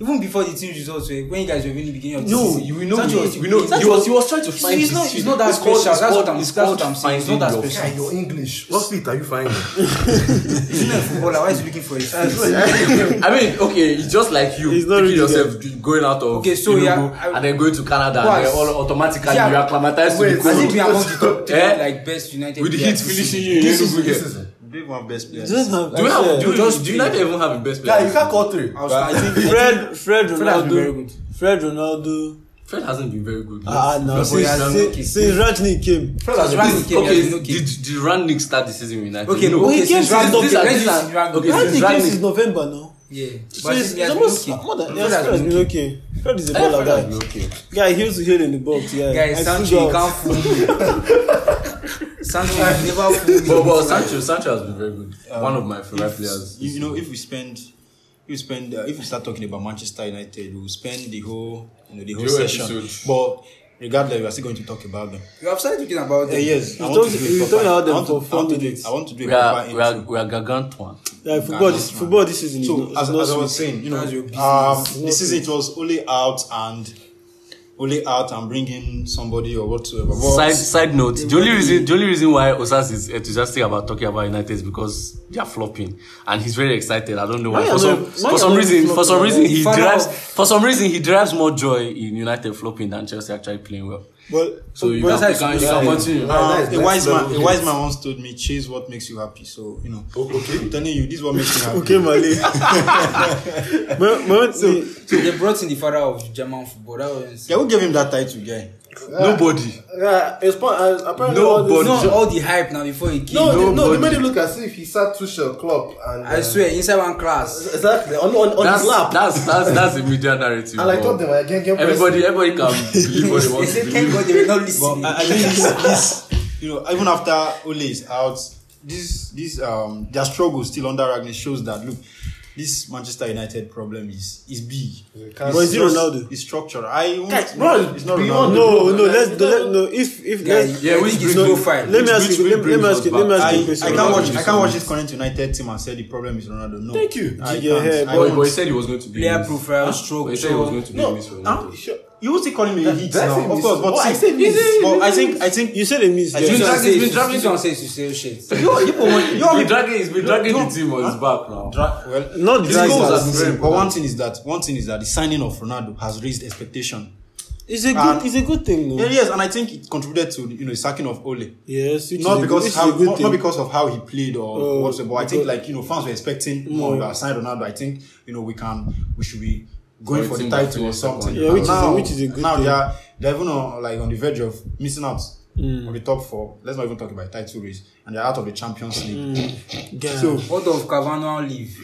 Speaker 3: Even before the team results, were- when you guys were winning the beginning of the
Speaker 4: No,
Speaker 3: season,
Speaker 4: you we know
Speaker 3: Sancho
Speaker 4: we know he
Speaker 3: Sancho-
Speaker 4: was he was trying to find
Speaker 3: he's
Speaker 4: his
Speaker 3: not-
Speaker 4: feet.
Speaker 3: he's not that
Speaker 4: It's called-
Speaker 3: special.
Speaker 4: it's
Speaker 3: That's
Speaker 4: called-
Speaker 3: what I'm-
Speaker 4: it's
Speaker 3: that's
Speaker 4: called
Speaker 3: what I'm saying. He's
Speaker 4: finding
Speaker 3: not that
Speaker 4: your
Speaker 3: special.
Speaker 4: feet.
Speaker 5: Guy, your English. What feet are you finding?
Speaker 3: He's not a footballer. Why is he looking for his face?
Speaker 4: I mean, okay, it's just like you
Speaker 1: He's not really
Speaker 4: picking yourself going out of
Speaker 3: Okay, so
Speaker 4: Enugu
Speaker 3: yeah, I-
Speaker 4: and then going to Canada
Speaker 3: Why?
Speaker 4: and then all automatically
Speaker 3: Yeah,
Speaker 4: you acclimatize to
Speaker 5: wait,
Speaker 4: the
Speaker 3: Has he been
Speaker 4: cold.
Speaker 3: among the top three
Speaker 4: Eh?
Speaker 3: like best United
Speaker 4: With the heat
Speaker 3: players?
Speaker 4: finishing you in
Speaker 5: This is
Speaker 4: Enugu
Speaker 5: this
Speaker 4: here.
Speaker 5: is.
Speaker 2: Big one best player.
Speaker 1: You don't have.
Speaker 4: Do you have do you
Speaker 3: Just
Speaker 4: do you not even have a best
Speaker 5: Guy, you
Speaker 4: player?
Speaker 5: can't call three.
Speaker 3: I was- I think-
Speaker 1: Fred, Fred
Speaker 3: Fred has been very
Speaker 1: Ronaldo,
Speaker 3: good.
Speaker 1: Fred Ronaldo.
Speaker 4: Fred hasn't been very good.
Speaker 1: Ah, no,
Speaker 4: Fred
Speaker 1: since
Speaker 4: has done okay.
Speaker 1: since- since Rajnik came,
Speaker 5: Fred has
Speaker 3: This-
Speaker 5: been-
Speaker 3: Rangnick came, he
Speaker 4: okay,
Speaker 3: has been okay.
Speaker 4: did did Rangnick start the season with United?
Speaker 3: Okay, no.
Speaker 1: Well, he
Speaker 3: Okay,
Speaker 1: came
Speaker 3: since
Speaker 1: since-
Speaker 3: Rangnick-
Speaker 4: these are-
Speaker 3: let's
Speaker 4: these
Speaker 3: just
Speaker 4: are-
Speaker 3: Rangnick.
Speaker 4: okay,
Speaker 3: Rangnick-
Speaker 1: Rajnik
Speaker 4: since
Speaker 1: came
Speaker 4: Rangnick-
Speaker 1: since November now.
Speaker 3: Yeah,
Speaker 1: So
Speaker 3: but
Speaker 1: it's,
Speaker 3: he's
Speaker 1: it's
Speaker 3: been
Speaker 1: almost
Speaker 3: okay.
Speaker 1: more than
Speaker 3: Fred
Speaker 1: yes,
Speaker 3: has
Speaker 1: Fred has
Speaker 3: been
Speaker 1: been okay. Fred is a baller
Speaker 4: Eh, Fred has been
Speaker 1: guy.
Speaker 4: okay.
Speaker 1: Guy heels to heel in the box. Yeah,
Speaker 3: Guys,
Speaker 1: I
Speaker 3: Sancho,
Speaker 1: still
Speaker 3: you can't
Speaker 1: got-
Speaker 3: fool me. Sancho will never fool me.
Speaker 4: But, but Sancho, Sancho has been very good.
Speaker 5: Um,
Speaker 4: One of my favorite players.
Speaker 2: You, you know, if we spend, if we spend, uh, if we start talking about Manchester United, we'll spend the whole, you know, the whole
Speaker 4: The whole
Speaker 2: session.
Speaker 4: episode.
Speaker 2: But regardless, we are still going to talk about them.
Speaker 3: You have started talking about
Speaker 2: Uh,
Speaker 3: it.
Speaker 2: yes,
Speaker 1: You
Speaker 2: I want
Speaker 1: talk-
Speaker 2: to do
Speaker 1: you
Speaker 2: it
Speaker 1: talk
Speaker 2: properly.
Speaker 1: about them
Speaker 2: I want
Speaker 1: for
Speaker 2: to- I
Speaker 1: four
Speaker 2: want to do it-
Speaker 1: minutes.
Speaker 2: I want to do it
Speaker 4: we are
Speaker 2: proper
Speaker 4: we are
Speaker 2: intro.
Speaker 4: we are gargantuan.
Speaker 1: Yeah, football this
Speaker 2: man.
Speaker 1: football this season.
Speaker 2: So
Speaker 1: is
Speaker 2: as,
Speaker 1: not
Speaker 2: as I was
Speaker 1: sweet.
Speaker 2: saying, you know,
Speaker 3: That's your business.
Speaker 2: um,
Speaker 1: It's not
Speaker 2: this season it was only out and only out and bringing somebody or whatsoever. But
Speaker 4: Side side note: the only reason the only reason why Osas is enthusiastic about talking about United is because they are flopping, and he's very excited. I don't know why.
Speaker 1: Why are
Speaker 4: For some
Speaker 1: they- why
Speaker 4: for some
Speaker 1: are they
Speaker 4: reason for some
Speaker 1: flopping?
Speaker 4: reason he
Speaker 3: Fan
Speaker 4: derives
Speaker 3: of-
Speaker 4: for some reason he derives more joy in United flopping than Chelsea actually playing well.
Speaker 1: but
Speaker 4: So you
Speaker 3: that's
Speaker 4: can,
Speaker 3: how
Speaker 4: you
Speaker 3: it's
Speaker 4: can, you
Speaker 3: supposed
Speaker 4: can
Speaker 3: to be.
Speaker 4: continue.
Speaker 2: Uh,
Speaker 5: Nice,
Speaker 2: a
Speaker 5: nice
Speaker 2: wise
Speaker 5: level.
Speaker 2: man, a wise man once told me, chase what makes you happy. So you know, Oh, okay. I'm telling you, this is what makes me happy.
Speaker 1: okay, Malay.
Speaker 2: eh?
Speaker 1: Mo- mo- the-
Speaker 3: They brought in the father of German football. That was
Speaker 2: Yeah, who gave him that title, guy?
Speaker 5: Uh,
Speaker 4: Nobody.
Speaker 5: Yeah, it's fun. I- Apparently,
Speaker 4: No,
Speaker 5: all this-
Speaker 4: but-
Speaker 3: no, all the hype now before he came.
Speaker 5: No, they- no,
Speaker 4: nobody.
Speaker 5: they made it look as if he sat Tuchel Klopp and.
Speaker 3: I
Speaker 5: uh,
Speaker 3: swear, inside one class.
Speaker 5: Exactly, on, on, on
Speaker 4: That's
Speaker 5: his lap.
Speaker 4: that's that's that's the media narrative.
Speaker 5: and I thought
Speaker 4: but
Speaker 5: they were again, again
Speaker 4: Everybody, everybody can believe what they
Speaker 3: They
Speaker 4: want to
Speaker 3: said, thank
Speaker 4: believe.
Speaker 3: God they were not listening.
Speaker 2: I, I think this, this, you know, even after Ole is out, this, this, um, their struggle still under Ragnar shows that look, this Manchester United problem is is big.
Speaker 5: can't-
Speaker 1: But is it
Speaker 2: just-
Speaker 1: Ronaldo?
Speaker 2: It's structured. I won't,
Speaker 5: Guys, bro,
Speaker 2: it's not
Speaker 5: beyond
Speaker 2: Ronaldo.
Speaker 1: no, no, let's let no. If if
Speaker 3: Yeah,
Speaker 1: let's-
Speaker 3: I
Speaker 4: Yeah, which
Speaker 3: think
Speaker 4: brings
Speaker 3: it's
Speaker 4: no
Speaker 3: no fine.
Speaker 1: let me ask
Speaker 4: which
Speaker 1: you. Let me- let me
Speaker 4: brings
Speaker 1: ask you.
Speaker 4: us
Speaker 1: Let me
Speaker 4: back.
Speaker 1: ask
Speaker 2: I,
Speaker 1: you a
Speaker 2: I
Speaker 1: question.
Speaker 2: can't watch I
Speaker 4: Ronaldo is
Speaker 2: can't watch
Speaker 4: Ronaldo.
Speaker 2: this current United team and say the problem is Ronaldo. No,
Speaker 5: Thank you.
Speaker 2: I
Speaker 1: Yeah,
Speaker 2: can't.
Speaker 1: yeah,
Speaker 2: I
Speaker 4: But, but he
Speaker 2: won't.
Speaker 4: said he was going to be.
Speaker 3: Player
Speaker 4: in this.
Speaker 3: profile,
Speaker 4: But
Speaker 3: stroke,
Speaker 4: he said he was
Speaker 3: show.
Speaker 4: going to be in
Speaker 5: No,
Speaker 4: this for
Speaker 5: I'm
Speaker 4: United.
Speaker 5: sure.
Speaker 2: You will still calling me a hit
Speaker 5: Did I say
Speaker 2: now, of
Speaker 5: miss?
Speaker 2: course. But
Speaker 5: Oh, I
Speaker 2: see-
Speaker 5: said miss.
Speaker 2: But I think I think
Speaker 1: You said a miss.
Speaker 3: I think
Speaker 1: yeah.
Speaker 4: Drag-
Speaker 3: Drag-
Speaker 4: he's been
Speaker 3: Drag-
Speaker 4: dragging-
Speaker 3: Drag- says you sell shit.
Speaker 2: you people want you want
Speaker 4: He's
Speaker 2: people-
Speaker 4: dragging, he's been dragging
Speaker 2: no,
Speaker 4: the team on his back now.
Speaker 2: Dra- well,
Speaker 1: Not
Speaker 2: his
Speaker 1: drag-
Speaker 2: goals
Speaker 1: drag-
Speaker 2: are the
Speaker 4: drag-
Speaker 2: same, But one thing is that one thing is that the signing of Ronaldo has raised expectation.
Speaker 1: It's a
Speaker 2: And-
Speaker 1: good. It's a good thing.
Speaker 2: Yeah,
Speaker 1: No?
Speaker 2: yes, and I think it contributed to you know the sacking of Ole.
Speaker 1: Yes, which is
Speaker 2: Not
Speaker 1: a,
Speaker 2: because
Speaker 1: which
Speaker 2: how,
Speaker 1: is a good
Speaker 2: not,
Speaker 1: thing.
Speaker 2: not because of how he played or
Speaker 1: Oh,
Speaker 2: whatsoever. But I think
Speaker 1: because- Mm.
Speaker 2: like you know fans were expecting more. You are signed Ronaldo. I think you know we can we should be going
Speaker 4: Or a
Speaker 2: for the
Speaker 4: team that
Speaker 2: title or
Speaker 4: finished
Speaker 2: something.
Speaker 1: second. Yeah, which is a-
Speaker 2: now,
Speaker 1: which is a good
Speaker 2: now
Speaker 1: thing.
Speaker 2: they are they're even on, like on the verge of missing out
Speaker 1: Mm.
Speaker 2: on the top four. Let's not even talk about title race, and they're out of the Champions League.
Speaker 1: Mm. Guy.
Speaker 2: So
Speaker 3: What of Cavano leave?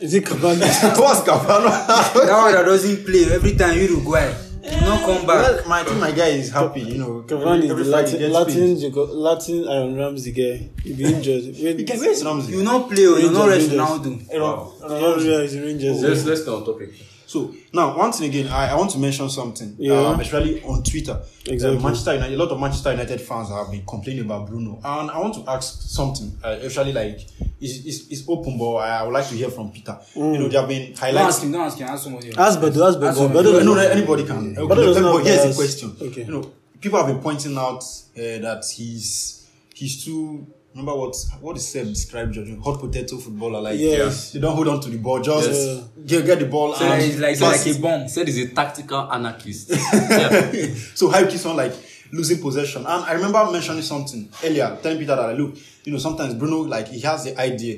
Speaker 1: is it Cavani?
Speaker 2: what's Cavano?
Speaker 3: That one that doesn't play every time Uruguay. Not come back.
Speaker 2: Well, my, I think my guy is happy, you know.
Speaker 1: Cavani is
Speaker 2: every
Speaker 1: the
Speaker 2: Friday
Speaker 1: Latin
Speaker 2: gets
Speaker 1: Latin,
Speaker 2: paid.
Speaker 1: Jaco- Latin Aaron Ramsey guy. He be injured. When,
Speaker 2: Because where is Ramsey?
Speaker 3: You not play, oh, you not rest
Speaker 1: Rangers.
Speaker 3: Ronaldo.
Speaker 4: Wow.
Speaker 1: Ronaldo is Rangers. yeah.
Speaker 4: Let's let's stay on topic.
Speaker 2: So now, once again, I, I want to mention something,
Speaker 1: Yeah.
Speaker 2: um, especially on Twitter.
Speaker 1: Exactly.
Speaker 2: Uh, Manchester United, a lot of Manchester United fans have been complaining about Bruno, and I want to ask something. Uh, actually, like it's, it's, it's open, but I, I would like to hear from Peter. You
Speaker 1: Mm.
Speaker 2: know, there have been
Speaker 3: Don't ask
Speaker 2: highlights.
Speaker 3: him, don't ask him, ask somebody else.
Speaker 1: As Bedu, as Bedu,
Speaker 3: That's what-
Speaker 2: No, no,
Speaker 1: Bedu.
Speaker 2: no, anybody can. Okay,
Speaker 1: Mm. But that does not
Speaker 2: but here's the
Speaker 1: bias.
Speaker 2: question.
Speaker 1: Okay.
Speaker 2: You know, people have been pointing out uh, that he's he's too. Remember what what is Seb described Jordan? Hot potato footballer. Like
Speaker 1: Yes.
Speaker 2: you don't hold on to the ball, just
Speaker 1: Yes.
Speaker 2: get, get the ball
Speaker 3: So
Speaker 2: and
Speaker 3: it's like, it's
Speaker 2: pass
Speaker 3: like a bomb.
Speaker 4: He said he's a tactical anarchist. yeah.
Speaker 2: so hype this one like losing possession. And I remember mentioning something earlier, telling Peter that look, you know, sometimes Bruno like he has the idea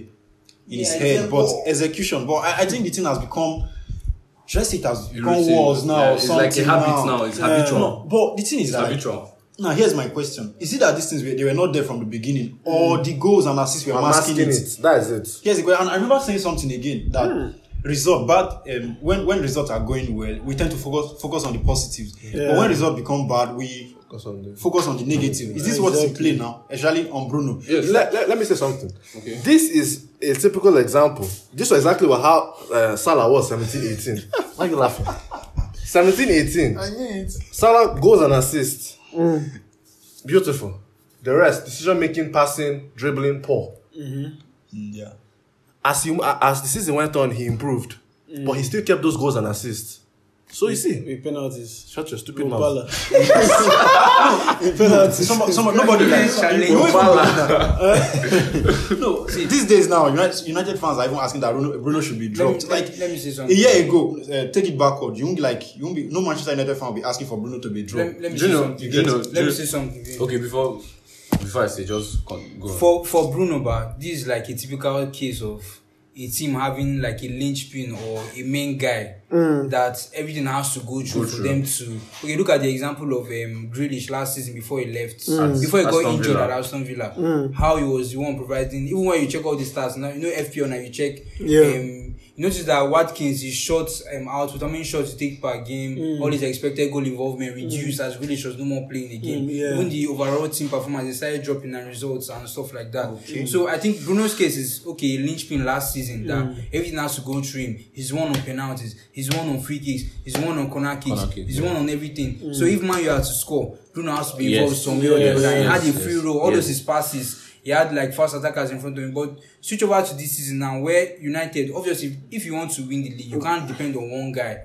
Speaker 2: in his
Speaker 3: Yeah,
Speaker 2: head, but
Speaker 3: example.
Speaker 2: execution. But I, I think the thing has become just it has become
Speaker 4: Routine.
Speaker 2: walls now.
Speaker 4: Yeah,
Speaker 2: or
Speaker 4: it's like a
Speaker 2: something
Speaker 4: habit now. It's
Speaker 2: Yeah.
Speaker 4: habitual.
Speaker 2: No, but the thing is
Speaker 4: It's
Speaker 2: that
Speaker 4: habitual.
Speaker 2: now here's my question: Is it that these things were, they were not there from the beginning,
Speaker 4: Mm.
Speaker 2: or the goals and assists were
Speaker 5: I'm
Speaker 2: masking,
Speaker 5: asking
Speaker 2: it?
Speaker 5: it. That is it.
Speaker 2: Yes, and I remember saying something again that result bad. Um, when when results are going well, we tend to focus focus on the positives. But when results become bad, we
Speaker 5: Focus on the-
Speaker 2: focus on the negative. Is this what's in
Speaker 1: Exactly.
Speaker 2: play now, especially on Bruno?
Speaker 3: Mm,
Speaker 4: Yes.
Speaker 5: Let, let, let me say something.
Speaker 4: Okay.
Speaker 5: This is a typical example. This was exactly what how uh, Salah was 17 18. Why are you laughing? 17 18. Salah goes and assists. Beautiful. The rest, decision making, passing, dribbling, poor.
Speaker 2: Mm, yeah.
Speaker 5: As he, as the season went on, he improved, but he still kept those goals and assists. So you see,
Speaker 1: with penalties.
Speaker 5: shut your stupid mouth.
Speaker 1: Opala. with penalties.
Speaker 2: Some, some, nobody likes
Speaker 3: Challenge.
Speaker 2: you know, no, see, these days now, United, United fans are even asking that Bruno, Bruno should be
Speaker 3: Let me,
Speaker 2: dropped.
Speaker 3: let,
Speaker 2: like
Speaker 3: me- let me say
Speaker 2: a
Speaker 3: something.
Speaker 2: year ago, uh, take it backward. You won't be like you won't be. No Manchester United fan will be asking for Bruno to be dropped.
Speaker 3: Let, let me
Speaker 4: Do
Speaker 3: say
Speaker 4: you know-
Speaker 3: something.
Speaker 4: do you know-
Speaker 3: let
Speaker 4: do
Speaker 3: me
Speaker 4: you-
Speaker 3: say something. yeah.
Speaker 4: Okay, before before I say, just con- go. on.
Speaker 3: For for Bruno, but this is like a typical case of a team having like a linchpin or a main guy that everything has to go through
Speaker 4: Go
Speaker 3: for
Speaker 4: through.
Speaker 3: them to. Okay, look at the example of um, Grealish last season before he left,
Speaker 4: At-
Speaker 3: before he got
Speaker 4: Aston
Speaker 3: injured
Speaker 4: Villa.
Speaker 3: at Aston Villa. How he was the one providing. Even when you check all the stats now, you know FPL now you check.
Speaker 1: Yeah.
Speaker 3: Um, you notice that Watkins is shot um, out with how many shots he take per game,
Speaker 1: Mm.
Speaker 3: all his expected goal involvement reduced as Grealish was no more playing again.
Speaker 1: Mm, yeah.
Speaker 3: Even the the overall team performance, they started dropping and results and stuff like that. So I think Bruno's case is okay, linchpin last season that
Speaker 1: Mm.
Speaker 3: everything has to go through him. He's one on penalties, he's one on free kicks, he's one on corner kicks,
Speaker 4: Corner kicks,
Speaker 3: he's
Speaker 4: yeah.
Speaker 3: one on everything.
Speaker 1: Mm.
Speaker 3: So if Man you had to score, Bruno has to be involved
Speaker 4: Yes.
Speaker 3: some way or the
Speaker 1: Yes,
Speaker 3: other. He
Speaker 4: yes,
Speaker 3: had a free
Speaker 4: yes,
Speaker 3: roll, all
Speaker 4: yes.
Speaker 3: those his passes. He had like fast attackers in front of him, but switch over to this season now, where United obviously, if you want to win the league, you can't depend on one guy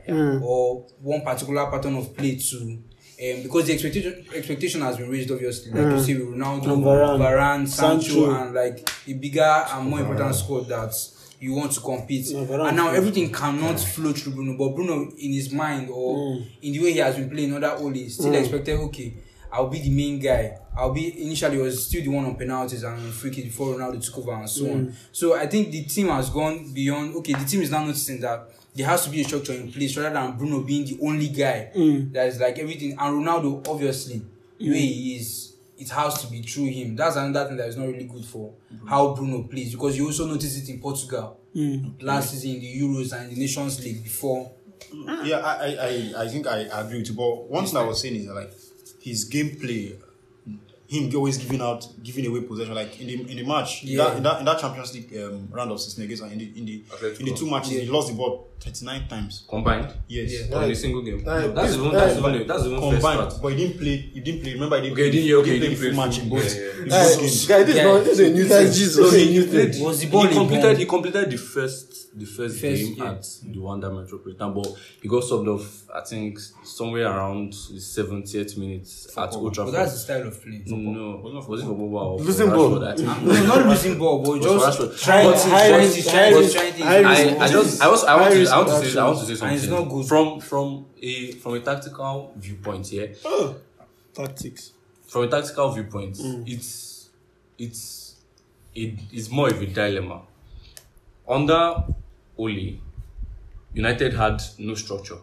Speaker 3: or one particular pattern of play to um, because the expectation expectation has been raised obviously like you see with Ronaldo,
Speaker 1: And Varane.
Speaker 3: Varane, Sancho,
Speaker 1: Sancho.
Speaker 3: and like the bigger and more important squad that you want to compete
Speaker 1: Yeah, Varane
Speaker 3: and now
Speaker 1: too.
Speaker 3: everything cannot flow through Bruno but Bruno in his mind or in the way he has been playing other Oli still expected okay I'll be the main guy I'll be initially he was still the one on penalties and on free kick before Ronaldo took over and so on so I think the team has gone beyond okay the team is now noticing that there has to be a structure in place rather than Bruno being the only guy that is like everything. And Ronaldo, obviously, the way he is, it has to be through him. That's another thing that is not really good for how Bruno plays because you also notice it in Portugal last season in the Euros and the Nations League before.
Speaker 2: Yeah, I, I, I, I think I agree with you. But one thing I was saying is that, like his gameplay, him always giving out, giving away possession. Like in the in the match, in, that,
Speaker 3: Yeah.
Speaker 2: in that in that Champions League um, round of 16 against in the in the, in the
Speaker 4: Atletico.
Speaker 2: two matches, he
Speaker 3: Yeah.
Speaker 2: lost the ball 39 times.
Speaker 4: Combined.
Speaker 2: Yes.
Speaker 3: Yeah.
Speaker 4: Not in a single game.
Speaker 5: Uh,
Speaker 4: that's even that's even that's even first
Speaker 2: Combined,
Speaker 4: part.
Speaker 2: but he didn't play. He didn't play. Remember, he didn't
Speaker 4: Okay,
Speaker 2: play.
Speaker 4: he didn't- okay,
Speaker 2: play the
Speaker 4: he
Speaker 2: full
Speaker 4: didn't
Speaker 2: match
Speaker 4: play
Speaker 2: in
Speaker 4: full-
Speaker 2: both,
Speaker 4: yeah, yeah.
Speaker 2: in
Speaker 5: Guys,
Speaker 2: both games.
Speaker 5: guys, this, is
Speaker 3: Yeah.
Speaker 5: not, this is a new
Speaker 1: Guys,
Speaker 5: thing.
Speaker 1: Jesus.
Speaker 5: This is a new thing.
Speaker 3: Was the ball
Speaker 4: He
Speaker 3: in
Speaker 4: completed.
Speaker 3: hand?
Speaker 4: He completed the first, the first,
Speaker 3: First
Speaker 4: game,
Speaker 3: game.
Speaker 4: at the Wanda Metropolitan, but he got subbed off. I think somewhere around the seventieth minute at Old
Speaker 3: But
Speaker 4: Trafford.
Speaker 3: that's the style of play.
Speaker 4: no, was it for Boba or for
Speaker 5: Losing ball.
Speaker 4: Rashford? I think.
Speaker 3: No, not losing ball, but
Speaker 4: was
Speaker 3: just
Speaker 4: for Rashford.
Speaker 3: trying
Speaker 4: But
Speaker 3: things,
Speaker 1: high
Speaker 3: trying
Speaker 1: risk,
Speaker 3: things,
Speaker 1: high
Speaker 3: trying
Speaker 1: risk,
Speaker 3: things.
Speaker 1: high risk.
Speaker 4: I, I just I also I want
Speaker 1: High
Speaker 4: to
Speaker 1: risk
Speaker 4: I want to say
Speaker 1: action.
Speaker 4: I want to say something
Speaker 3: And it's not good.
Speaker 4: from from a from a tactical viewpoint here
Speaker 1: Tactics.
Speaker 4: from a tactical viewpoint
Speaker 3: Mm.
Speaker 4: it's it's it is more of a dilemma under Oli United had no structure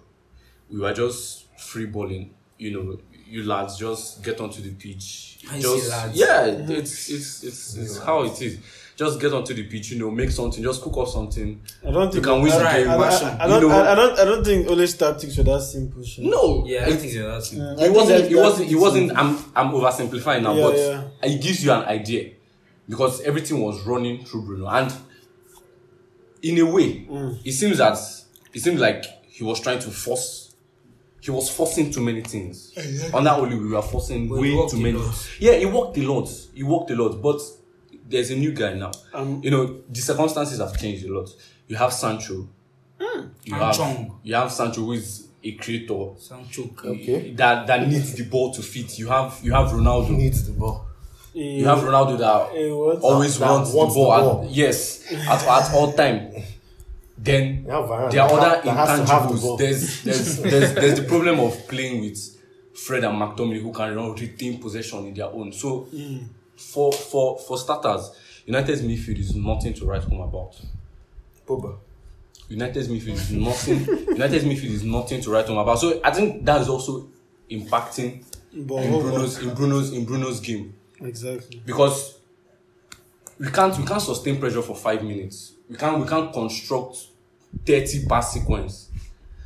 Speaker 4: we were just free balling you know you lads just get onto the pitch
Speaker 3: I see
Speaker 4: just
Speaker 3: lads. Mm.
Speaker 4: yeah it's it's it's, it's how it is just get onto the pitch you know make something just cook up something
Speaker 1: I don't
Speaker 4: you
Speaker 1: think.
Speaker 4: can win the
Speaker 1: I,
Speaker 4: game
Speaker 1: I, I, I don't.
Speaker 4: you know,
Speaker 1: I, I don't. I don't think Ole's tactics were that simple. sure.
Speaker 4: no,
Speaker 3: Yeah, I think that's it.
Speaker 1: I
Speaker 4: it
Speaker 1: think
Speaker 4: wasn't.
Speaker 1: that-
Speaker 4: It
Speaker 1: that
Speaker 4: wasn't. It
Speaker 1: is-
Speaker 4: wasn't. I'm. I'm oversimplifying now,
Speaker 1: Yeah,
Speaker 4: but
Speaker 1: yeah.
Speaker 4: it gives you an idea because everything was running through Bruno, and in a way,
Speaker 1: Mm.
Speaker 4: it seems that it seems like he was trying to force. He was forcing too many things. Under Oli, we were forcing
Speaker 3: Well, it
Speaker 4: way
Speaker 3: worked
Speaker 4: too
Speaker 3: a
Speaker 4: many.
Speaker 3: lot.
Speaker 4: Yeah, it worked a lot. It worked a lot, but there's a new guy now.
Speaker 1: Um,
Speaker 4: you know, the circumstances have changed a lot. You have Sancho.
Speaker 1: Hmm.
Speaker 4: You
Speaker 3: And
Speaker 4: have
Speaker 3: Chong.
Speaker 4: you have Sancho, who is a creator
Speaker 3: Some choke.
Speaker 5: Okay.
Speaker 4: that that needs the ball to fit. You have you have Ronaldo.
Speaker 5: Needs the ball.
Speaker 1: Eh,
Speaker 4: you have Ronaldo that
Speaker 1: eh, what?
Speaker 4: always
Speaker 5: That
Speaker 4: wants,
Speaker 5: wants
Speaker 4: the ball.
Speaker 5: the
Speaker 4: at-
Speaker 5: ball.
Speaker 4: yes, at, at all time. Then
Speaker 5: You have Varane
Speaker 4: there are
Speaker 5: that
Speaker 4: other
Speaker 5: ha- that has to have the
Speaker 4: intangibles.
Speaker 5: ball.
Speaker 4: there's, there's there's there's the problem of playing with Fred and McTominay who can run retain possession in their own. So for for for starters, United's midfield is nothing to write home about.
Speaker 2: Pogba.
Speaker 4: United's midfield is nothing. United's midfield is nothing to write home about. So I think that is also impacting
Speaker 1: But
Speaker 4: in
Speaker 1: what-
Speaker 4: Bruno's in Bruno's in Bruno's game
Speaker 1: Exactly.
Speaker 4: because we can't we can't sustain pressure for five minutes. We can't we can't construct thirty pass sequence.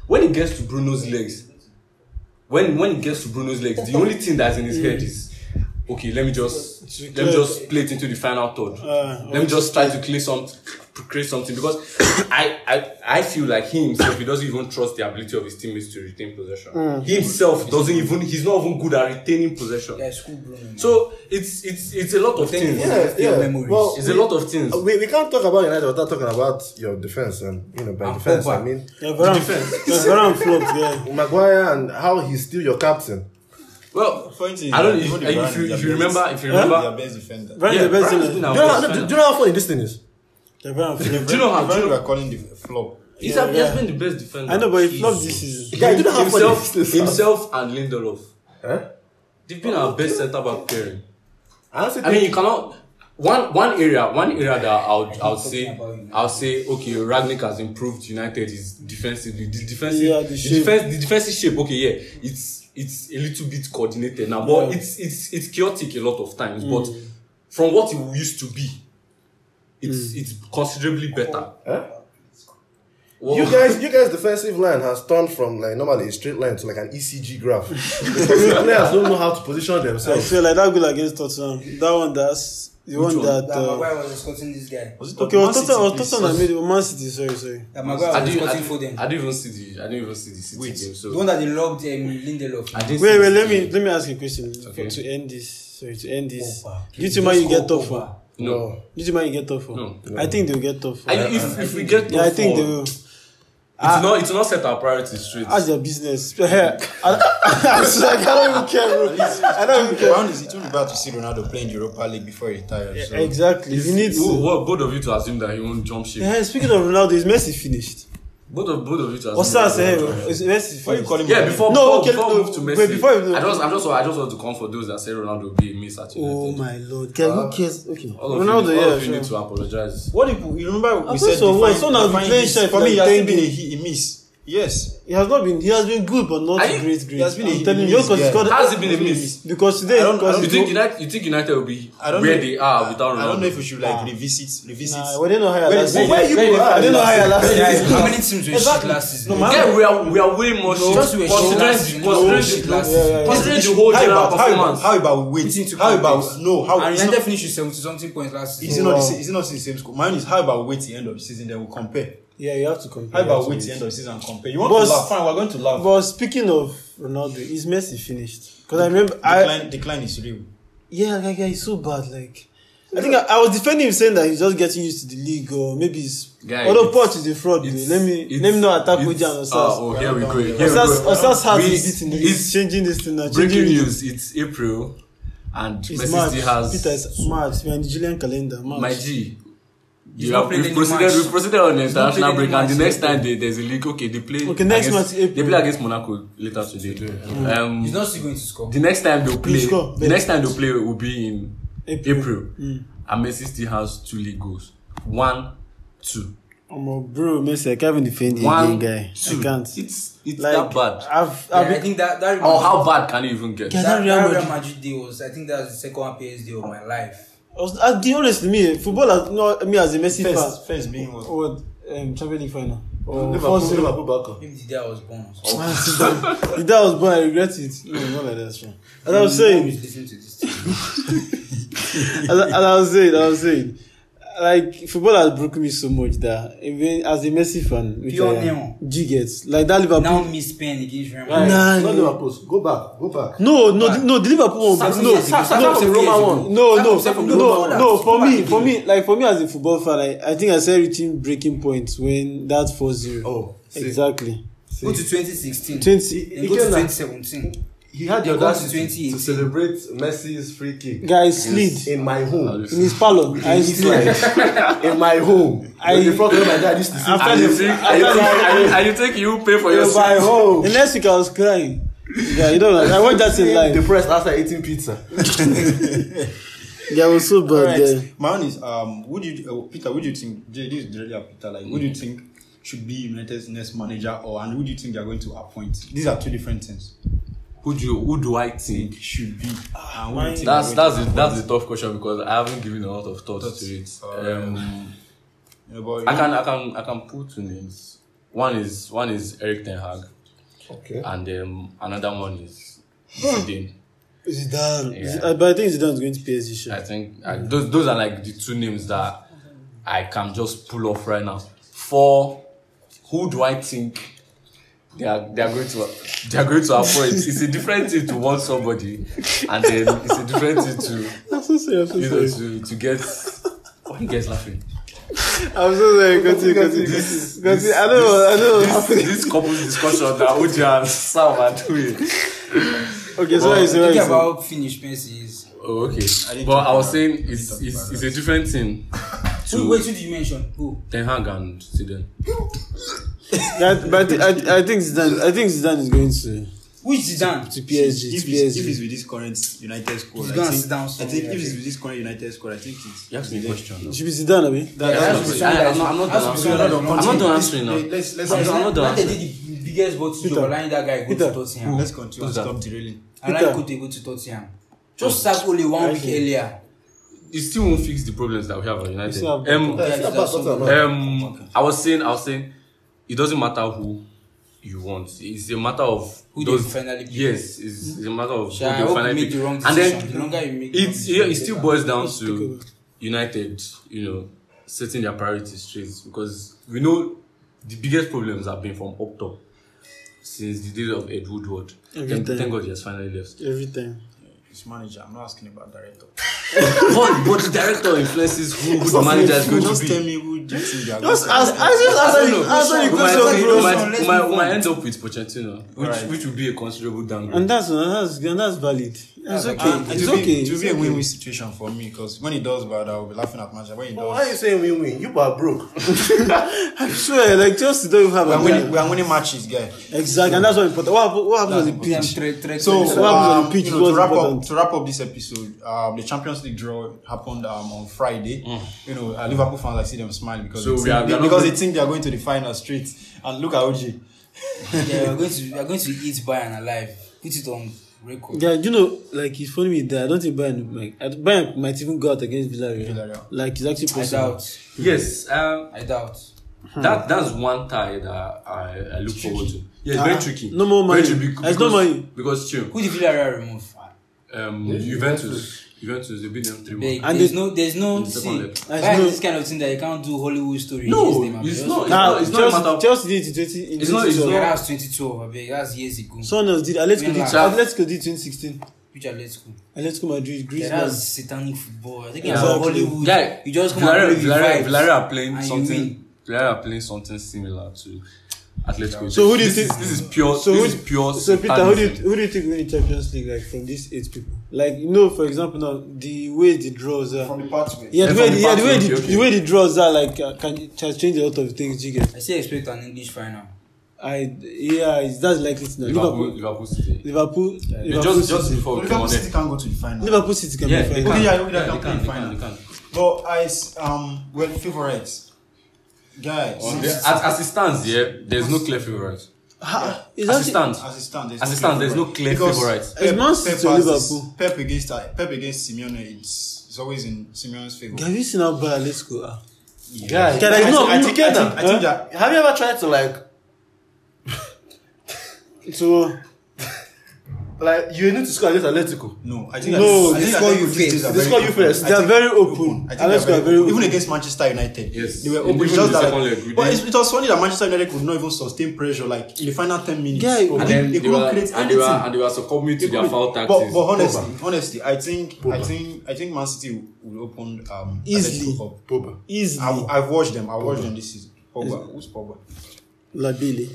Speaker 4: When it gets to Bruno's legs, when when it gets to Bruno's legs, the only thing that's in his head is okay. Let me just
Speaker 1: Mm. To
Speaker 4: let me
Speaker 1: clear-
Speaker 4: just play it into the final third.
Speaker 1: Uh,
Speaker 4: let me just try to clear some create something because I, I I feel like he himself he doesn't even trust the ability of his teammates to retain possession.
Speaker 1: Mm.
Speaker 4: He himself doesn't even he's not even good at retaining possession.
Speaker 3: Yeah, school Bruno. man.
Speaker 4: So it's it's it's a lot of things.
Speaker 3: Your
Speaker 5: Yeah, yeah.
Speaker 3: memories.
Speaker 5: Well,
Speaker 4: It's a lot of things.
Speaker 5: Uh, we, we can't talk about United without talking about your defense and you know by
Speaker 3: And
Speaker 5: defense
Speaker 3: Pogba.
Speaker 5: I mean
Speaker 1: Yeah, Varane, yeah, Varane flopped, yeah.
Speaker 5: Maguire and how he's still your captain.
Speaker 4: Well,
Speaker 2: Point is,
Speaker 4: I don't.
Speaker 2: uh,
Speaker 4: If,
Speaker 2: Varane is
Speaker 4: if, you,
Speaker 2: their
Speaker 4: if you
Speaker 2: best-
Speaker 4: remember, if you
Speaker 1: Huh?
Speaker 4: remember,
Speaker 2: their best defender.
Speaker 1: Varane
Speaker 4: yeah,
Speaker 1: is the best
Speaker 4: Varane is
Speaker 1: in
Speaker 4: doing
Speaker 1: the-
Speaker 4: our
Speaker 5: Do you, know,
Speaker 4: best
Speaker 5: do,
Speaker 4: defender.
Speaker 5: do you know how funny this thing is?
Speaker 1: Yeah, Varane flopped.
Speaker 4: Do you know how-
Speaker 2: Varane
Speaker 4: do you
Speaker 2: we
Speaker 4: know-
Speaker 2: are calling the flop.
Speaker 4: He's,
Speaker 1: Yeah,
Speaker 4: he has
Speaker 1: yeah.
Speaker 4: been the best defender.
Speaker 1: I know, but he
Speaker 4: He's-
Speaker 1: flopped this season.
Speaker 5: Yeah, you don't have
Speaker 4: himself,
Speaker 5: funny.
Speaker 4: himself and Lindelof.
Speaker 5: Huh?
Speaker 4: They've been our best centre back pairing.
Speaker 5: I honestly
Speaker 4: I
Speaker 5: think
Speaker 4: mean, you cannot. One one area, one area that I'll I'll say
Speaker 3: talking about United.
Speaker 4: I'll say okay, Ragnick has improved. United is defensively the defensive
Speaker 1: Yeah, the
Speaker 4: the,
Speaker 1: shape.
Speaker 4: defense the defensive shape. Okay, yeah, it's it's a little bit coordinated now, but
Speaker 1: Yeah. Mm.
Speaker 4: it's it's it's chaotic a lot of times. But from what it used to be,
Speaker 1: Mm.
Speaker 4: it's it's considerably better.
Speaker 5: Huh?
Speaker 4: Well,
Speaker 5: you guys, you guys, defensive line has turned from like normally a straight line to like an ECG graph because the players don't know how to position
Speaker 1: I
Speaker 5: themselves.
Speaker 1: feel like that goal against Tottenham, that one that's the one,
Speaker 4: one?
Speaker 1: that.
Speaker 3: That
Speaker 1: Uh,
Speaker 3: Maguire was escorting this guy.
Speaker 2: Was it
Speaker 1: okay, well,
Speaker 2: Man
Speaker 1: Tottenham,
Speaker 2: City,
Speaker 1: well,
Speaker 2: please?
Speaker 1: Tottenham made it. Man City, sorry, sorry.
Speaker 3: That Maguire
Speaker 4: I
Speaker 3: was
Speaker 4: didn't, I,
Speaker 3: escorting Foden.
Speaker 4: didn't, I didn't even see the I didn't even see the City game. So
Speaker 3: The one that they lobbed um, Lindelof.
Speaker 4: I didn't see
Speaker 1: Wait,
Speaker 4: the
Speaker 1: wait. Let
Speaker 4: City
Speaker 1: me
Speaker 4: game.
Speaker 1: let me ask you a question
Speaker 4: Okay.
Speaker 1: for, to end this. Sorry, to end this.
Speaker 3: Pogba.
Speaker 1: Do you think Man you
Speaker 3: Just
Speaker 1: get
Speaker 3: call
Speaker 1: tough for?
Speaker 3: Pogba.
Speaker 4: No,
Speaker 1: Do you think Man you get tough for?
Speaker 4: No.
Speaker 1: I think they'll get tough for.
Speaker 4: I, if, if we get
Speaker 1: yeah, I think they
Speaker 4: four,
Speaker 1: will. Ah,
Speaker 4: It's not. It's not set our priorities straight.
Speaker 1: That's their business. I, I, I don't even care, bro. I don't even care.
Speaker 2: Varane is it will be bad to see Ronaldo playing Europa League before he retires. So.
Speaker 1: Exactly. You need
Speaker 4: Who-
Speaker 1: to.
Speaker 4: who- both of you to assume that he won't jump ship.
Speaker 1: Yeah, speaking of Ronaldo, is Messi finished?
Speaker 4: Both of both of you to assume.
Speaker 1: Osa
Speaker 4: that he
Speaker 1: said,
Speaker 4: won't jump ship.
Speaker 1: is Messi
Speaker 2: Why you
Speaker 1: finished?
Speaker 2: calling
Speaker 4: Yeah,
Speaker 2: Varane?
Speaker 4: before
Speaker 1: No,
Speaker 4: before,
Speaker 1: okay,
Speaker 4: before
Speaker 1: no,
Speaker 4: we move to
Speaker 1: wait,
Speaker 4: Messi,
Speaker 1: before you-
Speaker 4: I just I just I just want to come for those that say Ronaldo will be a miss at United.
Speaker 1: Oh my lord. Can you kiss? Okay.
Speaker 4: Uh, All of you,
Speaker 1: Ronaldo,
Speaker 4: all
Speaker 1: yeah.
Speaker 4: of you need
Speaker 1: sure.
Speaker 4: to apologize.
Speaker 2: What if you remember
Speaker 1: I
Speaker 2: we
Speaker 1: thought
Speaker 2: said
Speaker 1: so,
Speaker 2: define,
Speaker 1: so now
Speaker 2: define
Speaker 1: the play
Speaker 2: this.
Speaker 1: chef
Speaker 2: For me, he
Speaker 1: like
Speaker 2: has
Speaker 1: 10
Speaker 2: still been a,
Speaker 1: minutes.
Speaker 2: he, a miss. Yes.
Speaker 1: He has not been he has been good but not
Speaker 4: Are you-
Speaker 1: great great.
Speaker 2: he has been
Speaker 1: I'm
Speaker 2: a
Speaker 1: telling you
Speaker 2: miss
Speaker 1: because
Speaker 2: guy.
Speaker 1: got
Speaker 4: How has it been a miss?
Speaker 1: because today
Speaker 2: I don't- I
Speaker 1: because
Speaker 2: don't
Speaker 4: You
Speaker 1: he
Speaker 4: think
Speaker 1: go-
Speaker 4: United? You think United will be
Speaker 2: I don't
Speaker 4: where
Speaker 2: know-
Speaker 4: they are without Ronaldo?
Speaker 2: I don't know if we should like revisit revisit.
Speaker 1: Nah, we didn't know how
Speaker 2: Where-
Speaker 1: last
Speaker 2: where-
Speaker 1: season.
Speaker 2: where you
Speaker 1: Where
Speaker 2: were
Speaker 1: I didn't know
Speaker 2: last
Speaker 1: how
Speaker 2: season?
Speaker 1: last
Speaker 3: Yeah,
Speaker 1: season.
Speaker 3: How many teams were shit
Speaker 1: Exactly.
Speaker 3: last season?
Speaker 1: No, man.
Speaker 4: Yeah, we are we are way more shit.
Speaker 3: Just we
Speaker 4: Considering
Speaker 3: were shit last-
Speaker 4: the- considering
Speaker 3: shit
Speaker 4: the-
Speaker 3: last season.
Speaker 4: considering the whole
Speaker 2: how
Speaker 4: general
Speaker 2: about, how about
Speaker 4: performance.
Speaker 2: how about wait?
Speaker 3: Put into
Speaker 2: How about
Speaker 3: context.
Speaker 2: no? How
Speaker 3: and
Speaker 2: it's not,
Speaker 3: United finished with 70 something points last
Speaker 2: is
Speaker 3: season.
Speaker 2: it not
Speaker 1: Wow.
Speaker 2: the sa- is it not the same school? Mine is how about wait the end of the season then we'll compare.
Speaker 1: Yeah, you have to compare.
Speaker 2: How
Speaker 1: you have
Speaker 2: about
Speaker 1: to
Speaker 2: wait the
Speaker 1: compare.
Speaker 2: end of the season and compare? You want
Speaker 1: Boss-
Speaker 2: to laugh? Fine, we're going to laugh.
Speaker 1: But speaking of Ronaldo, is Messi finished? Because I remember I
Speaker 2: Decline, decline is real.
Speaker 1: yeah, like yeah, he's so bad. Like I think I, I was defending him saying that he's just getting used to the league or maybe he's
Speaker 4: Guy,
Speaker 1: although
Speaker 4: it's-
Speaker 1: Poch is a fraud.
Speaker 4: It's-
Speaker 1: Let me
Speaker 4: it's-
Speaker 1: let me not attack
Speaker 4: it's-
Speaker 1: Oja and Osas.
Speaker 4: ah, Oh, here we go. Here we
Speaker 1: Osas
Speaker 4: go.
Speaker 1: Osas has
Speaker 4: We-
Speaker 1: his beat in the
Speaker 4: it's-
Speaker 1: he's changing this thing now.
Speaker 4: Breaking
Speaker 1: changing it.
Speaker 4: news: It's April, and
Speaker 1: It's
Speaker 4: Messi
Speaker 1: March.
Speaker 4: still has
Speaker 1: Peter is March. We're in the Julian calendar. March.
Speaker 4: My G.
Speaker 3: He's
Speaker 4: You
Speaker 3: not
Speaker 4: have
Speaker 3: playing
Speaker 4: we've
Speaker 3: any
Speaker 4: proceeded,
Speaker 3: match.
Speaker 4: we've proceeded on the
Speaker 3: He's not
Speaker 4: international break,
Speaker 3: playing any
Speaker 4: and the
Speaker 3: match
Speaker 4: next
Speaker 3: yet.
Speaker 4: time they, there's a league. Okay, they play.
Speaker 1: Okay, next
Speaker 4: against,
Speaker 1: match, April.
Speaker 4: They play against Monaco later today. Um,
Speaker 3: He's not still going to score.
Speaker 4: the next time they'll play,
Speaker 1: He'll score,
Speaker 4: the
Speaker 1: but-
Speaker 4: next time they'll play will be in
Speaker 1: April. Mm.
Speaker 4: April. And Messi still has two league goals. One, two,
Speaker 1: I'm a bro, Messi. I can't even defend you
Speaker 4: one,
Speaker 1: again, guy.
Speaker 4: two.
Speaker 1: I can't.
Speaker 4: It's it's
Speaker 1: like
Speaker 4: that bad.
Speaker 1: I've
Speaker 3: Yeah,
Speaker 1: I've
Speaker 3: I think that that
Speaker 4: Or
Speaker 1: Oh,
Speaker 3: reminds-
Speaker 4: how bad can you even get?
Speaker 1: Yeah.
Speaker 3: that,
Speaker 1: Real
Speaker 3: that Real
Speaker 1: Madrid-
Speaker 3: Madrid deal was I think that was the second happiest deal of my life.
Speaker 1: I was, I'll be honest, me football has not me as a Messi
Speaker 2: First,
Speaker 1: fan.
Speaker 2: first being what?
Speaker 1: Or um, Champions League final. Or
Speaker 5: Liverpool,
Speaker 1: first-
Speaker 5: Liverpool back up.
Speaker 3: Maybe the day I was born.
Speaker 1: Man, sit down. if that was born, I regret it. No, not like that, man. As I was saying,
Speaker 3: Always listen to this. thing.
Speaker 1: as, I- as I was saying, I was saying, like football has broken me so much that even as a Messi fan, which
Speaker 3: Pure
Speaker 1: I am,
Speaker 3: neon.
Speaker 1: G gets like that Liverpool.
Speaker 5: Non.
Speaker 3: now miss Spain against Real
Speaker 1: Right.
Speaker 3: Madrid.
Speaker 1: Nah,
Speaker 5: not
Speaker 1: no.
Speaker 5: Liverpool. Go back, go back.
Speaker 1: No, no, the- no, the Liverpool one.
Speaker 3: Seven
Speaker 1: No,
Speaker 3: years ago.
Speaker 1: no,
Speaker 3: Seven years ago.
Speaker 1: No, no,
Speaker 3: Except from the
Speaker 1: no,
Speaker 3: Roma
Speaker 1: no.
Speaker 3: one.
Speaker 1: For me, for me, like for me as a football fan, I, I think I saw reaching breaking points when that 4-0.
Speaker 5: Oh, see.
Speaker 1: exactly.
Speaker 3: Go to 2016.
Speaker 1: 20
Speaker 3: Then go to
Speaker 5: Ikenna.
Speaker 3: 2017.
Speaker 5: He had the
Speaker 3: Go to
Speaker 5: audacity
Speaker 3: 2018.
Speaker 5: to celebrate Messi's free kick.
Speaker 1: guys slid
Speaker 5: in my home.
Speaker 1: in his parlor. I
Speaker 5: In
Speaker 1: slid.
Speaker 5: Eastland, in my home. I,
Speaker 1: I-
Speaker 5: the front of my dad used to see.
Speaker 1: After
Speaker 4: And
Speaker 1: the
Speaker 4: you think, and you think, and you- and you think you pay for
Speaker 5: In my
Speaker 4: yourself?
Speaker 5: home.
Speaker 1: The next week I was crying. Yeah, you know, I watched that in
Speaker 5: The
Speaker 1: live.
Speaker 5: press after eating pizza.
Speaker 1: Yeah, it was so bad. Yeah.
Speaker 2: My own is um, would you uh, Peter? Would you think Jay, this is really a Peter? Like, would you think should be United's next manager, or and who do you think they are going to appoint? These are two different things.
Speaker 4: Who do you, who do I
Speaker 2: Think
Speaker 4: think?
Speaker 2: should be. And who do you think
Speaker 4: That's
Speaker 2: they are
Speaker 4: that's
Speaker 2: going
Speaker 4: the,
Speaker 2: to
Speaker 4: that's the tough question because I haven't given a lot of thought
Speaker 2: Thoughts.
Speaker 4: to it.
Speaker 2: Alright.
Speaker 4: Um,
Speaker 2: appoint? You know, but
Speaker 4: I can I can I can pull two names. One is one is Eric Ten Hag,
Speaker 5: Okay.
Speaker 4: and um, another one is Zidane.
Speaker 1: Zidane.
Speaker 4: Yeah.
Speaker 1: Zidane- uh, But I think Zidane is going to PSG. Sure.
Speaker 4: I think I, those those are like the two names that I can just pull off right now. For who do I think they are they are going to they are going to appoint? it's a different thing to want somebody, and then it's a different thing to
Speaker 1: I'm so sorry. I'm so
Speaker 4: you know
Speaker 1: sorry.
Speaker 4: to to get. Why you guys laughing?
Speaker 1: I'm so sorry. Continue. Continue.
Speaker 4: This-
Speaker 1: continue. Continue. I know. I know. what's
Speaker 4: This,
Speaker 1: happening.
Speaker 4: this couple's discussion that Uja and Sam are doing.
Speaker 1: Okay, sorry, sorry.
Speaker 3: Thinking
Speaker 1: sorry.
Speaker 3: about Finnish Messi is.
Speaker 4: Oh, okay.
Speaker 2: didn't
Speaker 4: But
Speaker 2: talk
Speaker 4: I was
Speaker 2: about- I
Speaker 4: saying
Speaker 2: didn't
Speaker 4: it's
Speaker 2: talk
Speaker 4: it's,
Speaker 2: about
Speaker 4: it's a different thing
Speaker 3: Who, wait,
Speaker 4: to
Speaker 3: who did you mention? Who?
Speaker 4: Ten Hag and Zidane.
Speaker 1: Yeah, but I, thi- I, thi- I think Zidane. I think Zidane is going to
Speaker 3: Which Zidane?
Speaker 1: to PSG.
Speaker 2: if
Speaker 1: To
Speaker 2: it's, if it's
Speaker 1: PSG.
Speaker 2: with this current United squad,
Speaker 3: He's
Speaker 2: I
Speaker 3: gonna
Speaker 2: think,
Speaker 3: sit down
Speaker 2: I think
Speaker 3: somewhere,
Speaker 2: if
Speaker 3: I
Speaker 2: it's
Speaker 3: think.
Speaker 2: with this current United squad, I think it's.
Speaker 4: You asked me a question.
Speaker 1: It should be Zidane, abi?
Speaker 2: That,
Speaker 4: Yeah,
Speaker 2: that's
Speaker 4: that's
Speaker 2: what
Speaker 4: what- I- I'm not- I'm not
Speaker 3: Has
Speaker 4: done.
Speaker 3: to be
Speaker 4: I'm
Speaker 3: someone that
Speaker 4: not done. I'm not
Speaker 3: continue.
Speaker 4: done answering now.
Speaker 2: Let's let's
Speaker 4: I'm
Speaker 2: let's,
Speaker 4: not- I'm not done
Speaker 3: United
Speaker 4: answering.
Speaker 3: did the biggest vote
Speaker 1: Peter.
Speaker 3: to allowing that guy go
Speaker 1: Peter.
Speaker 3: to Tottenham.
Speaker 2: let's continue.
Speaker 4: Who's
Speaker 2: and
Speaker 4: that?
Speaker 2: Stop derailing.
Speaker 3: Allowing
Speaker 1: Peter.
Speaker 3: Kote go to Tottenham. Just sack only one week
Speaker 1: Okay.
Speaker 3: earlier.
Speaker 4: It still won't fix the problems that we have at United.
Speaker 1: still have
Speaker 4: Um,
Speaker 5: Yeah, it's about something about-
Speaker 4: um, I was saying, I was saying, it doesn't matter who you want. It's a matter of
Speaker 3: Who they finally pick.
Speaker 4: Yes, it's, it's a matter of
Speaker 3: Sha, I
Speaker 4: who they
Speaker 3: hope you
Speaker 4: finally
Speaker 3: make
Speaker 4: pick.
Speaker 3: the wrong
Speaker 4: and
Speaker 3: decision. the
Speaker 4: then
Speaker 3: longer you make wrong
Speaker 4: it's yeah,
Speaker 3: decision,
Speaker 4: it
Speaker 3: the
Speaker 4: still
Speaker 3: better.
Speaker 4: boils down
Speaker 1: take
Speaker 4: to
Speaker 1: over.
Speaker 4: United, you know, setting their priorities straight because we know the biggest problems have been from up top since the days of Ed Woodward. Thank,
Speaker 1: Everything.
Speaker 4: thank God he has finally left.
Speaker 1: Every time.
Speaker 2: It's manager. I'm not asking about director.
Speaker 4: but, but the director influences who, who the manager is going to
Speaker 2: Just
Speaker 4: be.
Speaker 2: tell me who do you think they are
Speaker 1: Just
Speaker 2: going
Speaker 1: ask.
Speaker 2: to
Speaker 1: I just
Speaker 4: I
Speaker 1: answer
Speaker 4: don't
Speaker 1: you.
Speaker 4: know.
Speaker 1: Answer your
Speaker 4: We might-
Speaker 1: question,
Speaker 4: we
Speaker 1: bro.
Speaker 4: might-
Speaker 3: Let's
Speaker 4: we might- we
Speaker 3: move
Speaker 4: might
Speaker 3: on.
Speaker 4: end up with Pochettino, which,
Speaker 2: Alright.
Speaker 4: which would be a considerable downgrade.
Speaker 1: And that's that's and that's valid. It's okay.
Speaker 2: And
Speaker 1: it's
Speaker 2: it will
Speaker 1: okay.
Speaker 2: Be, it will
Speaker 1: it's
Speaker 2: be a
Speaker 1: okay.
Speaker 2: win-win situation for me because when he does bad, I will be laughing at Manchester. When he does,
Speaker 5: Why are you saying win-win? You are broke.
Speaker 1: I'm sure, like Chelsea don't even have
Speaker 2: we
Speaker 1: a
Speaker 2: are winning,
Speaker 1: winner.
Speaker 2: we are winning matches, guy.
Speaker 1: Exactly, and that's what important. What happen- what happens on the
Speaker 3: Them
Speaker 1: pitch?
Speaker 3: threat- threat-
Speaker 2: So,
Speaker 1: So what happens on the
Speaker 2: um,
Speaker 1: pitch
Speaker 2: you
Speaker 1: is
Speaker 2: know, to
Speaker 1: what's
Speaker 2: wrap up,
Speaker 1: important.
Speaker 2: to wrap up this episode, um, the Champions League draw happened um, on Friday. You know, uh, Liverpool fans, I see them smile because
Speaker 4: Mm. So
Speaker 2: they
Speaker 4: we
Speaker 2: think-
Speaker 4: are- we are not
Speaker 2: because
Speaker 4: going-
Speaker 2: they think they are going to the final straight. And look at OG.
Speaker 3: yeah, we're going to we're going to eat Bayern alive. Put it on record.
Speaker 1: Yeah, you know, like it's funny with that. I don't think Bayern, might- I- Bayern might even go out against Villarreal.
Speaker 2: Villarreal.
Speaker 1: Like it's actually
Speaker 3: I
Speaker 1: possible.
Speaker 3: doubt.
Speaker 4: Yes, um,
Speaker 3: I doubt.
Speaker 1: Hmm.
Speaker 4: that that's one tie that I, I look forward to. Yeah, it's
Speaker 1: Ah,
Speaker 4: very tricky.
Speaker 1: no more
Speaker 4: Very
Speaker 1: money.
Speaker 4: tricky
Speaker 1: It's
Speaker 4: because,
Speaker 1: no money.
Speaker 4: because chill.
Speaker 3: Who did Villarreal remove?
Speaker 4: Um, Juventus, Juventus, they beat them three
Speaker 3: Beg.
Speaker 4: one.
Speaker 1: And
Speaker 3: there's
Speaker 1: they-
Speaker 3: no there's no
Speaker 4: Second
Speaker 3: see,
Speaker 4: leg.
Speaker 1: There's
Speaker 3: Bayern
Speaker 1: no-
Speaker 3: is this kind of thing that you can't do Hollywood story
Speaker 4: No,
Speaker 3: against them. I
Speaker 4: it's
Speaker 3: beg.
Speaker 4: not.
Speaker 1: Now
Speaker 4: it's not a matter
Speaker 1: Chelsea,
Speaker 4: of-
Speaker 1: Chelsea did it in 20, in
Speaker 4: It's not- it's
Speaker 1: 2012.
Speaker 3: Yeah,
Speaker 4: not-
Speaker 3: that's 2012. I beg. That's years ago.
Speaker 1: Someone else did. Atletico did.
Speaker 3: Milan.
Speaker 1: Atletico did 2016.
Speaker 3: Which are let's go.
Speaker 1: Atletico Madrid,
Speaker 3: Yeah,
Speaker 1: Griezmann.
Speaker 3: that's satanic football. I think
Speaker 4: Yeah.
Speaker 3: it's all
Speaker 1: Exactly.
Speaker 3: Hollywood.
Speaker 4: Yeah,
Speaker 3: you just come
Speaker 4: Villarreal,
Speaker 3: and play with
Speaker 4: Villarreal,
Speaker 3: vibes
Speaker 4: Villarreal are playing
Speaker 3: and you win.
Speaker 4: something. Villarreal are playing something similar to Atletico.
Speaker 1: So who do you
Speaker 4: this is,
Speaker 1: think-
Speaker 4: this is pure?
Speaker 1: So
Speaker 4: this
Speaker 1: who,
Speaker 4: is pure.
Speaker 1: So Peter, who do you,
Speaker 4: satanism.
Speaker 1: who do you think win the Champions League like from these eight people? Like you know, for example, now the way the draws are.
Speaker 2: From the pathway.
Speaker 1: Yeah, the
Speaker 4: Yeah,
Speaker 1: way
Speaker 4: from
Speaker 1: the, yeah, the way
Speaker 4: Barca,
Speaker 1: the,
Speaker 4: okay,
Speaker 1: the
Speaker 4: okay.
Speaker 1: way the draws are like uh, can it has changed a lot of things. You get,
Speaker 3: I still expect an English hein. final.
Speaker 1: I yeah, it's, that's likely to now.
Speaker 4: Liverpool,
Speaker 1: Liverpool,
Speaker 4: Liverpool City.
Speaker 1: Liverpool, Liverpool,
Speaker 4: Just, just
Speaker 1: City.
Speaker 4: before we came
Speaker 2: Liverpool
Speaker 4: Oh, on
Speaker 2: City
Speaker 4: it.
Speaker 2: can't go to the final.
Speaker 1: Liverpool City can
Speaker 4: Yeah,
Speaker 1: be
Speaker 4: they
Speaker 1: fine.
Speaker 2: Okay,
Speaker 4: can.
Speaker 2: yeah, okay, they
Speaker 4: Yeah,
Speaker 2: can
Speaker 4: they
Speaker 2: play
Speaker 4: can. They
Speaker 2: final.
Speaker 4: can. They can.
Speaker 2: But I s- um, well, favorites, guys.
Speaker 4: As, as it stands, yeah, there's no clear favorite.
Speaker 1: Ha, it's
Speaker 4: As it
Speaker 1: actually,
Speaker 4: stands,
Speaker 2: As it stands, there's,
Speaker 4: As it stands, there's no
Speaker 2: favourite.
Speaker 4: clear
Speaker 2: Because
Speaker 4: favourite.
Speaker 1: It's Man City or
Speaker 2: has
Speaker 1: Liverpool.
Speaker 2: This, Pep against uh, Pep against Simeone, it's, it's always in Simeone's favor.
Speaker 1: have you seen how bad Atletico are?
Speaker 5: Guys,
Speaker 1: Can I
Speaker 5: I
Speaker 1: know?
Speaker 5: think- I think-
Speaker 1: Huh?
Speaker 5: I think-
Speaker 2: I think that
Speaker 5: Have you ever tried to like,
Speaker 1: So
Speaker 5: like you need to score against Atletico?
Speaker 2: no, I think
Speaker 1: No,
Speaker 2: I think,
Speaker 1: they
Speaker 2: I
Speaker 1: score
Speaker 2: think
Speaker 1: you
Speaker 2: these days
Speaker 1: first.
Speaker 2: are very
Speaker 5: They score you
Speaker 2: open.
Speaker 5: first.
Speaker 2: I
Speaker 1: they are
Speaker 2: think-
Speaker 1: very
Speaker 2: open.
Speaker 1: open.
Speaker 2: I think
Speaker 1: Atletico
Speaker 2: they
Speaker 1: are very
Speaker 2: Even
Speaker 1: open.
Speaker 2: against Manchester United,
Speaker 4: Yes.
Speaker 2: they were
Speaker 4: And
Speaker 2: open.
Speaker 4: even
Speaker 2: It's just
Speaker 4: in the
Speaker 2: that,
Speaker 4: second
Speaker 2: like,
Speaker 4: leg, we
Speaker 2: but
Speaker 4: did.
Speaker 2: it's, it was funny that Manchester United could not even sustain pressure, like in the final ten minutes.
Speaker 1: Yeah,
Speaker 2: They
Speaker 1: and
Speaker 4: And
Speaker 2: couldn't-
Speaker 4: then
Speaker 2: they
Speaker 4: they
Speaker 2: couldn't
Speaker 4: were,
Speaker 2: create
Speaker 4: and they were,
Speaker 2: anything.
Speaker 4: and they were succumbing to their
Speaker 2: But-
Speaker 4: foul
Speaker 2: but,
Speaker 4: tactics.
Speaker 2: but honestly,
Speaker 5: Pogba.
Speaker 2: honestly, I think I think I think Man City will open um,
Speaker 1: Easily.
Speaker 2: Atletico up.
Speaker 5: Boba.
Speaker 1: Easily,
Speaker 2: I've, I've watched them. I watched them this season. Pogba, who's Pogba?
Speaker 1: Labili.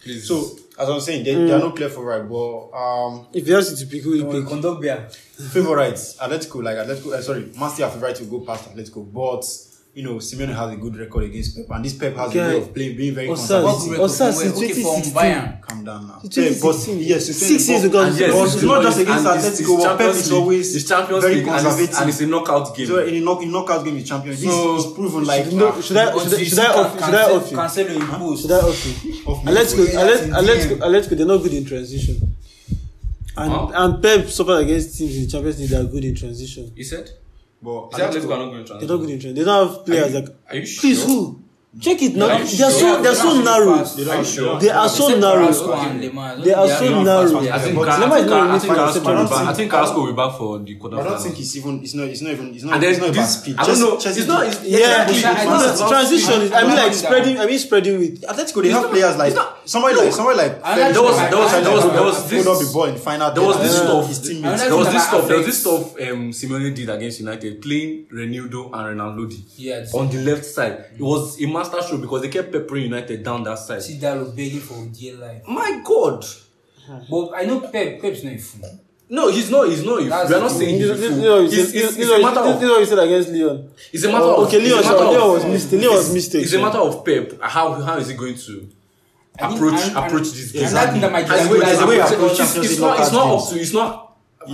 Speaker 4: Please.
Speaker 2: So as I'm saying, they, they are not clear for right, but um,
Speaker 1: If you ask you to pick, who you pick?
Speaker 3: Kondogbia.
Speaker 2: eh, favorites Atletico, like Atletico. Uh, sorry, Man City are favorite to go past Atletico, but you know, Simeone has a good record against Pep, and this Pep has a
Speaker 1: Guy.
Speaker 2: way of playing, being very
Speaker 1: Osas.
Speaker 2: conservative.
Speaker 1: Oh, sir, since
Speaker 3: okay, from
Speaker 1: 2016.
Speaker 3: Bayern.
Speaker 2: Calm down now.
Speaker 1: It's 2016.
Speaker 2: Pep, yes, it's
Speaker 1: Six years ago,
Speaker 4: And
Speaker 1: Yes,
Speaker 2: But it's
Speaker 1: it's
Speaker 2: not
Speaker 4: always-
Speaker 2: just against
Speaker 4: and it's-
Speaker 2: Atletico.
Speaker 4: it's
Speaker 2: but Pep
Speaker 4: Champions
Speaker 2: is
Speaker 4: League.
Speaker 2: always
Speaker 4: it's Champions
Speaker 2: very
Speaker 4: League and
Speaker 2: conservative.
Speaker 4: it's, and it's a knockout game.
Speaker 2: So eh, in a knock, in knockout game, it's champion. This
Speaker 4: So-
Speaker 2: is proven
Speaker 1: No,
Speaker 2: like
Speaker 1: should I should I should I off should I off you?
Speaker 3: Cancelo imposed.
Speaker 1: Should I off you?
Speaker 2: Off me,
Speaker 1: Atletico
Speaker 2: bro.
Speaker 1: Atlet- Atletico Atletico they're not good in transition. And
Speaker 4: Huh?
Speaker 1: and Pep suffered against teams in Champions League that are good in transition.
Speaker 4: You said?
Speaker 2: But
Speaker 4: Is that Atletico
Speaker 2: Atletico-
Speaker 4: are not going to
Speaker 1: They're not
Speaker 4: transfer?
Speaker 1: good in transition. They don't have players like
Speaker 4: Are you sure?
Speaker 1: please who? Check it now.
Speaker 4: Are
Speaker 1: They're
Speaker 4: you
Speaker 1: so
Speaker 4: sure?
Speaker 1: they're so narrow.
Speaker 3: They
Speaker 4: Are you sure?
Speaker 1: They are so
Speaker 3: Except
Speaker 1: narrow.
Speaker 3: Carrasco and Lemar.
Speaker 1: They are
Speaker 3: They are
Speaker 1: so
Speaker 3: not
Speaker 1: narrow.
Speaker 4: I think
Speaker 2: But
Speaker 4: Car- I
Speaker 1: Lemar is
Speaker 4: think
Speaker 1: not
Speaker 4: Car-
Speaker 1: even
Speaker 4: I
Speaker 1: fast.
Speaker 4: think Carrasco will be back.
Speaker 2: September.
Speaker 4: I think Carrasco will be back for the
Speaker 2: I don't think
Speaker 4: quarterfinals.
Speaker 2: he's even. It's not. It's not even. It's not.
Speaker 4: And
Speaker 2: it's not
Speaker 4: then
Speaker 2: about
Speaker 4: this,
Speaker 2: speed.
Speaker 4: I don't
Speaker 2: Just-
Speaker 4: know.
Speaker 2: just
Speaker 4: It's not.
Speaker 2: the-
Speaker 4: It's,
Speaker 1: Yeah,
Speaker 4: exactly.
Speaker 3: I- I-
Speaker 4: It's
Speaker 1: no,
Speaker 4: about-
Speaker 1: transition. is- I mean, like
Speaker 3: It's about-
Speaker 1: spreading. I mean, spreading with.
Speaker 2: Atletico, they have players like somebody like somebody like.
Speaker 3: I like- There was- there was- there was-
Speaker 4: there was this-
Speaker 2: Hold up the ball in final.
Speaker 4: There was
Speaker 2: third.
Speaker 4: this
Speaker 2: Yeah.
Speaker 4: stuff.
Speaker 2: His
Speaker 3: I
Speaker 2: teammates.
Speaker 3: like-
Speaker 4: There was
Speaker 3: that
Speaker 4: this stuff. There was
Speaker 3: affects-
Speaker 4: this stuff. Um, Simeone did against United, playing Renildo and Renaldo
Speaker 3: Yeah, it's-
Speaker 4: on the left side. It was a master show because they kept peppering United down that side.
Speaker 3: See Dalo begging for dear life.
Speaker 4: My God.
Speaker 3: But I know Pep. Pep's not a fool.
Speaker 4: No, he's not. He's not.
Speaker 3: That's
Speaker 4: we are not
Speaker 3: the-
Speaker 1: You
Speaker 4: saying he's
Speaker 1: know, you
Speaker 4: a fool.
Speaker 1: know, you
Speaker 4: It's-
Speaker 1: said- you
Speaker 4: it's- it's
Speaker 1: know,
Speaker 4: a
Speaker 1: you
Speaker 4: matter
Speaker 1: said-
Speaker 4: of
Speaker 1: you know, you said against Leon.
Speaker 4: It's a matter of
Speaker 1: okay, Leon
Speaker 4: it's a matter
Speaker 1: Leon
Speaker 4: of-
Speaker 1: was mistake- Leon was mistake,
Speaker 4: It's a
Speaker 1: yeah.
Speaker 4: matter of Pep. How how is he going to
Speaker 3: I think-
Speaker 4: approach
Speaker 3: and- and-
Speaker 4: approach this game?
Speaker 3: And that thing that might
Speaker 4: As
Speaker 2: There's a way-
Speaker 4: well as
Speaker 2: there's a way
Speaker 4: approach-
Speaker 2: approach
Speaker 4: it's-
Speaker 2: Champions
Speaker 4: it's
Speaker 2: League
Speaker 4: not. It's
Speaker 2: knockout
Speaker 4: not
Speaker 2: games.
Speaker 4: up to. It's not.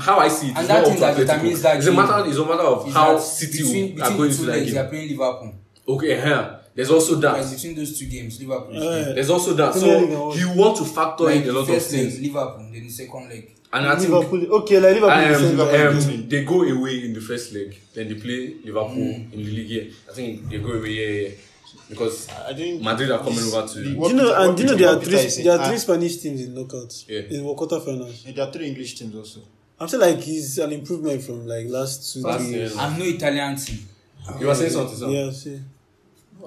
Speaker 4: How I see it,
Speaker 3: And
Speaker 4: it's
Speaker 3: that
Speaker 4: not up
Speaker 3: thing
Speaker 4: to
Speaker 3: that determines that
Speaker 4: Atletico. It's a
Speaker 3: game
Speaker 4: matter. It's a matter of
Speaker 3: It's
Speaker 4: how
Speaker 3: that
Speaker 4: City
Speaker 3: between,
Speaker 4: are
Speaker 3: between
Speaker 4: going
Speaker 3: the
Speaker 4: to
Speaker 3: two
Speaker 4: that
Speaker 3: legs, they
Speaker 4: game.
Speaker 3: are playing Liverpool.
Speaker 4: Okay, huh. There's also
Speaker 3: Like,
Speaker 4: that.
Speaker 3: between those two games, Liverpool. is
Speaker 1: Yeah.
Speaker 4: There's also that.
Speaker 1: Premier
Speaker 4: So
Speaker 1: League awards.
Speaker 4: you want to factor
Speaker 3: like
Speaker 4: in a
Speaker 3: the
Speaker 4: lot of
Speaker 3: first leg,
Speaker 4: things,
Speaker 3: Liverpool, then the second leg.
Speaker 4: and I think um,
Speaker 1: Liverpool. Okay, like Liverpool. is saying that.
Speaker 4: um, they go away in the first leg, then they play Liverpool
Speaker 3: Mm.
Speaker 4: in the league. Yeah, I think they go away. Yeah, yeah, yeah. because
Speaker 2: I think
Speaker 4: Madrid are coming over to.
Speaker 2: the-
Speaker 1: Do you know,
Speaker 2: what
Speaker 1: and do you know
Speaker 2: Peter-
Speaker 1: there are
Speaker 2: what
Speaker 1: three
Speaker 2: Peter is saying.
Speaker 1: there are
Speaker 2: Ah.
Speaker 1: three Spanish teams in knockouts
Speaker 4: Yeah.
Speaker 1: in the quarterfinals.
Speaker 2: There are three English teams also.
Speaker 1: I'm saying like he's an improvement from like last two
Speaker 4: Last
Speaker 1: three
Speaker 4: year.
Speaker 1: years.
Speaker 3: I'm no Italian team.
Speaker 4: You were saying something, sir?
Speaker 1: Yeah, see,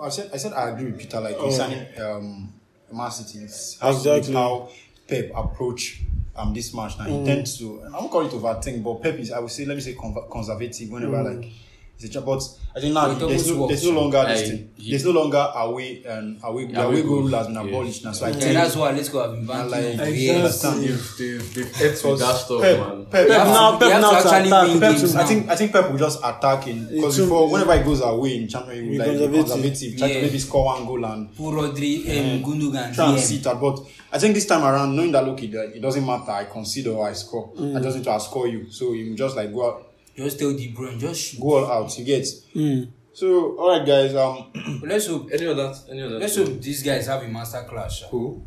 Speaker 2: I said I said I agree with Peter like concerning um Man City it's
Speaker 1: Exactly. Mm.
Speaker 2: how, how Pep approach um this match now. He tends to I won't call it overthink, but Pep is I would say let me say con- conservative whenever
Speaker 1: Mm.
Speaker 2: like it's a job. But I think now
Speaker 3: But it
Speaker 2: there's
Speaker 3: always
Speaker 2: no, there's no
Speaker 3: works.
Speaker 2: longer this
Speaker 4: Like,
Speaker 2: thing.
Speaker 4: he-
Speaker 2: There's no longer away and away the
Speaker 4: Away
Speaker 2: away goal
Speaker 4: goal,
Speaker 2: rule has been
Speaker 4: yeah.
Speaker 2: abolished now. So I
Speaker 3: Yeah,
Speaker 2: think
Speaker 3: that's why let's go. I've been banking
Speaker 2: like-
Speaker 3: on
Speaker 1: Exactly.
Speaker 3: years.
Speaker 2: understand.
Speaker 4: They've they've they've ate with that stuff,
Speaker 2: Pep,
Speaker 4: man.
Speaker 2: Pep,
Speaker 1: Pep
Speaker 3: have to-
Speaker 1: now
Speaker 3: we
Speaker 1: Pep
Speaker 3: have
Speaker 1: now
Speaker 3: to
Speaker 1: to
Speaker 3: actually win
Speaker 1: attack. Pep
Speaker 3: games
Speaker 1: to
Speaker 2: I
Speaker 3: now.
Speaker 2: think I think Pep will just attack in because
Speaker 1: It
Speaker 2: before
Speaker 1: will-
Speaker 2: whenever he goes away in Champions League,
Speaker 1: Be
Speaker 2: like be
Speaker 1: conservative.
Speaker 2: conservative, try to
Speaker 3: Yeah.
Speaker 2: maybe score one goal and
Speaker 3: Who Rodri,
Speaker 4: Mm.
Speaker 3: um, Gundogan,
Speaker 2: try and
Speaker 3: DM.
Speaker 2: sit out. But I think this time around, knowing that look, it, it doesn't matter. I concede or I score.
Speaker 1: Mm.
Speaker 2: I just need to score you. So you just like go out,
Speaker 3: Just tell De Bruyne, just shoot.
Speaker 2: go all out. You get.
Speaker 1: Mm.
Speaker 2: So all right, guys. Um,
Speaker 3: But let's hope.
Speaker 4: Any of that? Any of that?
Speaker 3: Let's hope these guys have a master Um, clash. Um,
Speaker 2: who?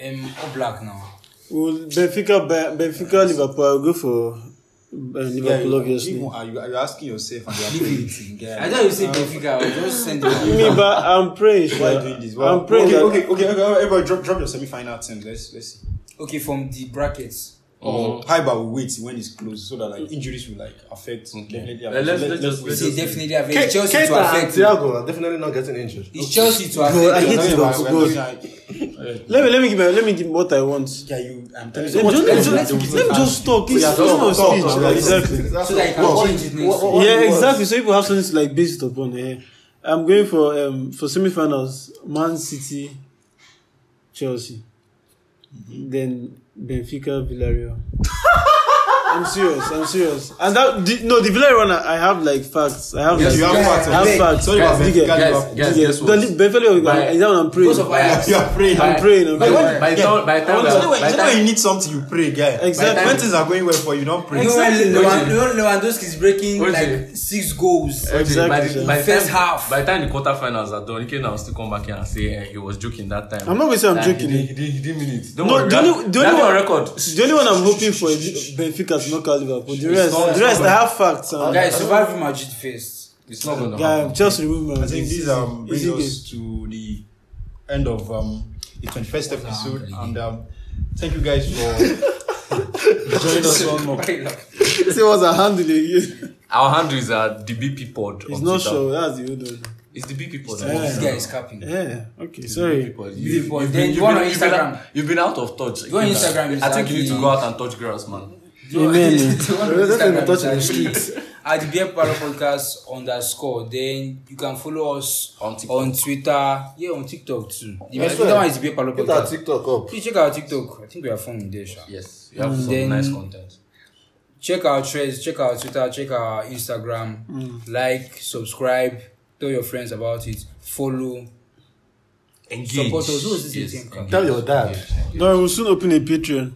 Speaker 3: Oblak now.
Speaker 1: Well, Benfica, Be- Benfica, Liverpool. I'll go for uh, Liverpool, obviously.
Speaker 2: Even,
Speaker 1: Me,
Speaker 2: are you are you asking yourself and you're
Speaker 3: Leave
Speaker 2: creating,
Speaker 3: it.
Speaker 2: guy?
Speaker 3: I thought you said Benfica. I was just sending. it.
Speaker 1: but I'm praying.
Speaker 2: Why
Speaker 1: sure.
Speaker 2: are you doing this? Well,
Speaker 1: I'm praying.
Speaker 2: okay,
Speaker 1: that-
Speaker 2: okay, okay, okay, okay. Everybody, drop, drop your semi-final teams. Let's let's see.
Speaker 3: Okay, from the brackets.
Speaker 2: Or Hyper will wait when it's closed so that like injuries will like affect. Definitely affect.
Speaker 4: Mm. Let's- let's just-
Speaker 2: wait.
Speaker 4: let's
Speaker 3: They
Speaker 4: just-
Speaker 3: definitely have
Speaker 5: Ke-
Speaker 3: it's Chelsea to
Speaker 5: Keita and
Speaker 3: affect.
Speaker 5: Thiago are definitely not getting injured.
Speaker 3: It's Chelsea to
Speaker 1: Bro, I
Speaker 3: affect.
Speaker 1: hate
Speaker 2: We're
Speaker 1: him.
Speaker 2: not- we're
Speaker 1: Good.
Speaker 2: not doing that.
Speaker 1: Let me let me give my, let me give what I want.
Speaker 2: Yeah, you. I'm telling
Speaker 1: Let me
Speaker 2: you.
Speaker 1: just, let me just-
Speaker 2: What-
Speaker 1: let me just talk. It's
Speaker 2: talk,
Speaker 1: freedom of
Speaker 2: talk,
Speaker 1: speech.
Speaker 2: talk,
Speaker 1: yeah,
Speaker 2: talk.
Speaker 1: Exactly.
Speaker 3: So that you can change it next time.
Speaker 1: Yeah, exactly. So people have something to like base it upon. Yeah. I'm going for um for semi-finals. Man City, Chelsea,
Speaker 2: Mm-hmm.
Speaker 1: then Benfica, Villarreal. I'm serious. I'm serious. And that the, no, the Villarreal one, I I have like facts. I have like,
Speaker 4: Yes,
Speaker 2: you have facts.
Speaker 1: I have
Speaker 2: Wait,
Speaker 1: facts.
Speaker 2: sorry about
Speaker 1: You get- you
Speaker 2: Benfica,
Speaker 4: guys,
Speaker 2: Liverpool.
Speaker 4: guys,
Speaker 1: get-
Speaker 4: guess
Speaker 1: The
Speaker 4: what?
Speaker 1: Li- Benfica,
Speaker 4: By-
Speaker 1: is that one I'm
Speaker 3: Because of
Speaker 1: praying.
Speaker 3: Ajax.
Speaker 2: You are praying.
Speaker 1: I'm praying. I'm
Speaker 4: By,
Speaker 1: praying.
Speaker 4: by, by, time- by, time
Speaker 2: You know when-
Speaker 4: we are-
Speaker 2: you
Speaker 4: by
Speaker 2: know when
Speaker 4: time
Speaker 2: you need something, you pray, guy.
Speaker 1: Exactly.
Speaker 2: When things are going well for you, you don't pray.
Speaker 3: You know when
Speaker 1: Exactly.
Speaker 3: Lewan- you know Lewandowski is breaking
Speaker 4: What is
Speaker 3: like
Speaker 4: it?
Speaker 3: six goals.
Speaker 4: Okay, by,
Speaker 1: Exactly.
Speaker 4: the, by the
Speaker 3: First
Speaker 4: time,
Speaker 3: half.
Speaker 4: By the time the quarterfinals are done, Ikena will still come back here and say eh, he was joking that time.
Speaker 1: I'm not gonna say I'm
Speaker 4: Nah,
Speaker 1: joking. eh?
Speaker 4: He didn't, he didn't, he didn't mean it. Don't
Speaker 1: No,
Speaker 4: worry.
Speaker 1: the only- the
Speaker 4: we have
Speaker 1: only
Speaker 4: it on
Speaker 1: one-
Speaker 4: record.
Speaker 1: The only one I'm hoping for is Benfica to knock out Liverpool. The rest,
Speaker 4: not-
Speaker 1: the rest, I have facts. and-
Speaker 3: Guys, survive Real Madrid first.
Speaker 4: It's not gonna
Speaker 1: Guy,
Speaker 4: happen.
Speaker 1: I'm just remember.
Speaker 2: I think these um, brings
Speaker 1: easy game.
Speaker 2: us to the end of um, the 21st episode. And um, thank you guys for joining us one more.
Speaker 1: See what's a handle again.
Speaker 4: Our handle is uh, the BP Pod.
Speaker 1: It's
Speaker 4: on
Speaker 1: not
Speaker 4: Twitter.
Speaker 1: sure. That's the old one.
Speaker 4: It's the BP Pod.
Speaker 1: Yeah.
Speaker 3: This guy is capping. Go
Speaker 1: Yeah. Okay. Sorry.
Speaker 4: Pod.
Speaker 3: BP
Speaker 4: You've-
Speaker 3: Pod.
Speaker 4: you've
Speaker 3: Then
Speaker 4: been-
Speaker 3: you
Speaker 4: you've
Speaker 3: want
Speaker 4: been-
Speaker 3: on
Speaker 4: you've been
Speaker 3: Instagram.
Speaker 4: out- You've been out of touch.
Speaker 3: on
Speaker 4: Ikena.
Speaker 3: Instagram.
Speaker 4: I think you need to go out and touch girls, man.
Speaker 1: Amen. Let's get in touch
Speaker 3: touch
Speaker 1: in the
Speaker 3: At the Beer Parlour Podcast underscore. Then you can follow us
Speaker 4: On TikTok.
Speaker 3: on Twitter. Yeah, on TikTok too. The
Speaker 5: I
Speaker 3: best
Speaker 5: swear.
Speaker 3: Twitter one is the Beer Parlour
Speaker 5: Put that
Speaker 3: Podcast.
Speaker 5: TikTok up.
Speaker 3: Please check out TikTok. I think we are fun there, sha.
Speaker 4: Yes, you have some
Speaker 3: Mm, Then-
Speaker 4: nice content.
Speaker 3: Check our threads. Check our Twitter. Check our Instagram. Like, subscribe. Tell your friends about it. Follow.
Speaker 4: Engage.
Speaker 3: Support us. Who is this ATM card?
Speaker 4: engage.
Speaker 5: Tell your dad.
Speaker 1: No, we'll soon open a Patreon.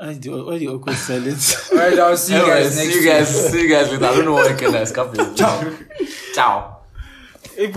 Speaker 1: I do, why the awkward silence?
Speaker 3: All right, I'll see you
Speaker 4: Anyway,
Speaker 3: guys next
Speaker 4: see you
Speaker 3: week.
Speaker 4: guys, see you guys later. I don't know what I can escape. Ciao. Ciao.
Speaker 1: If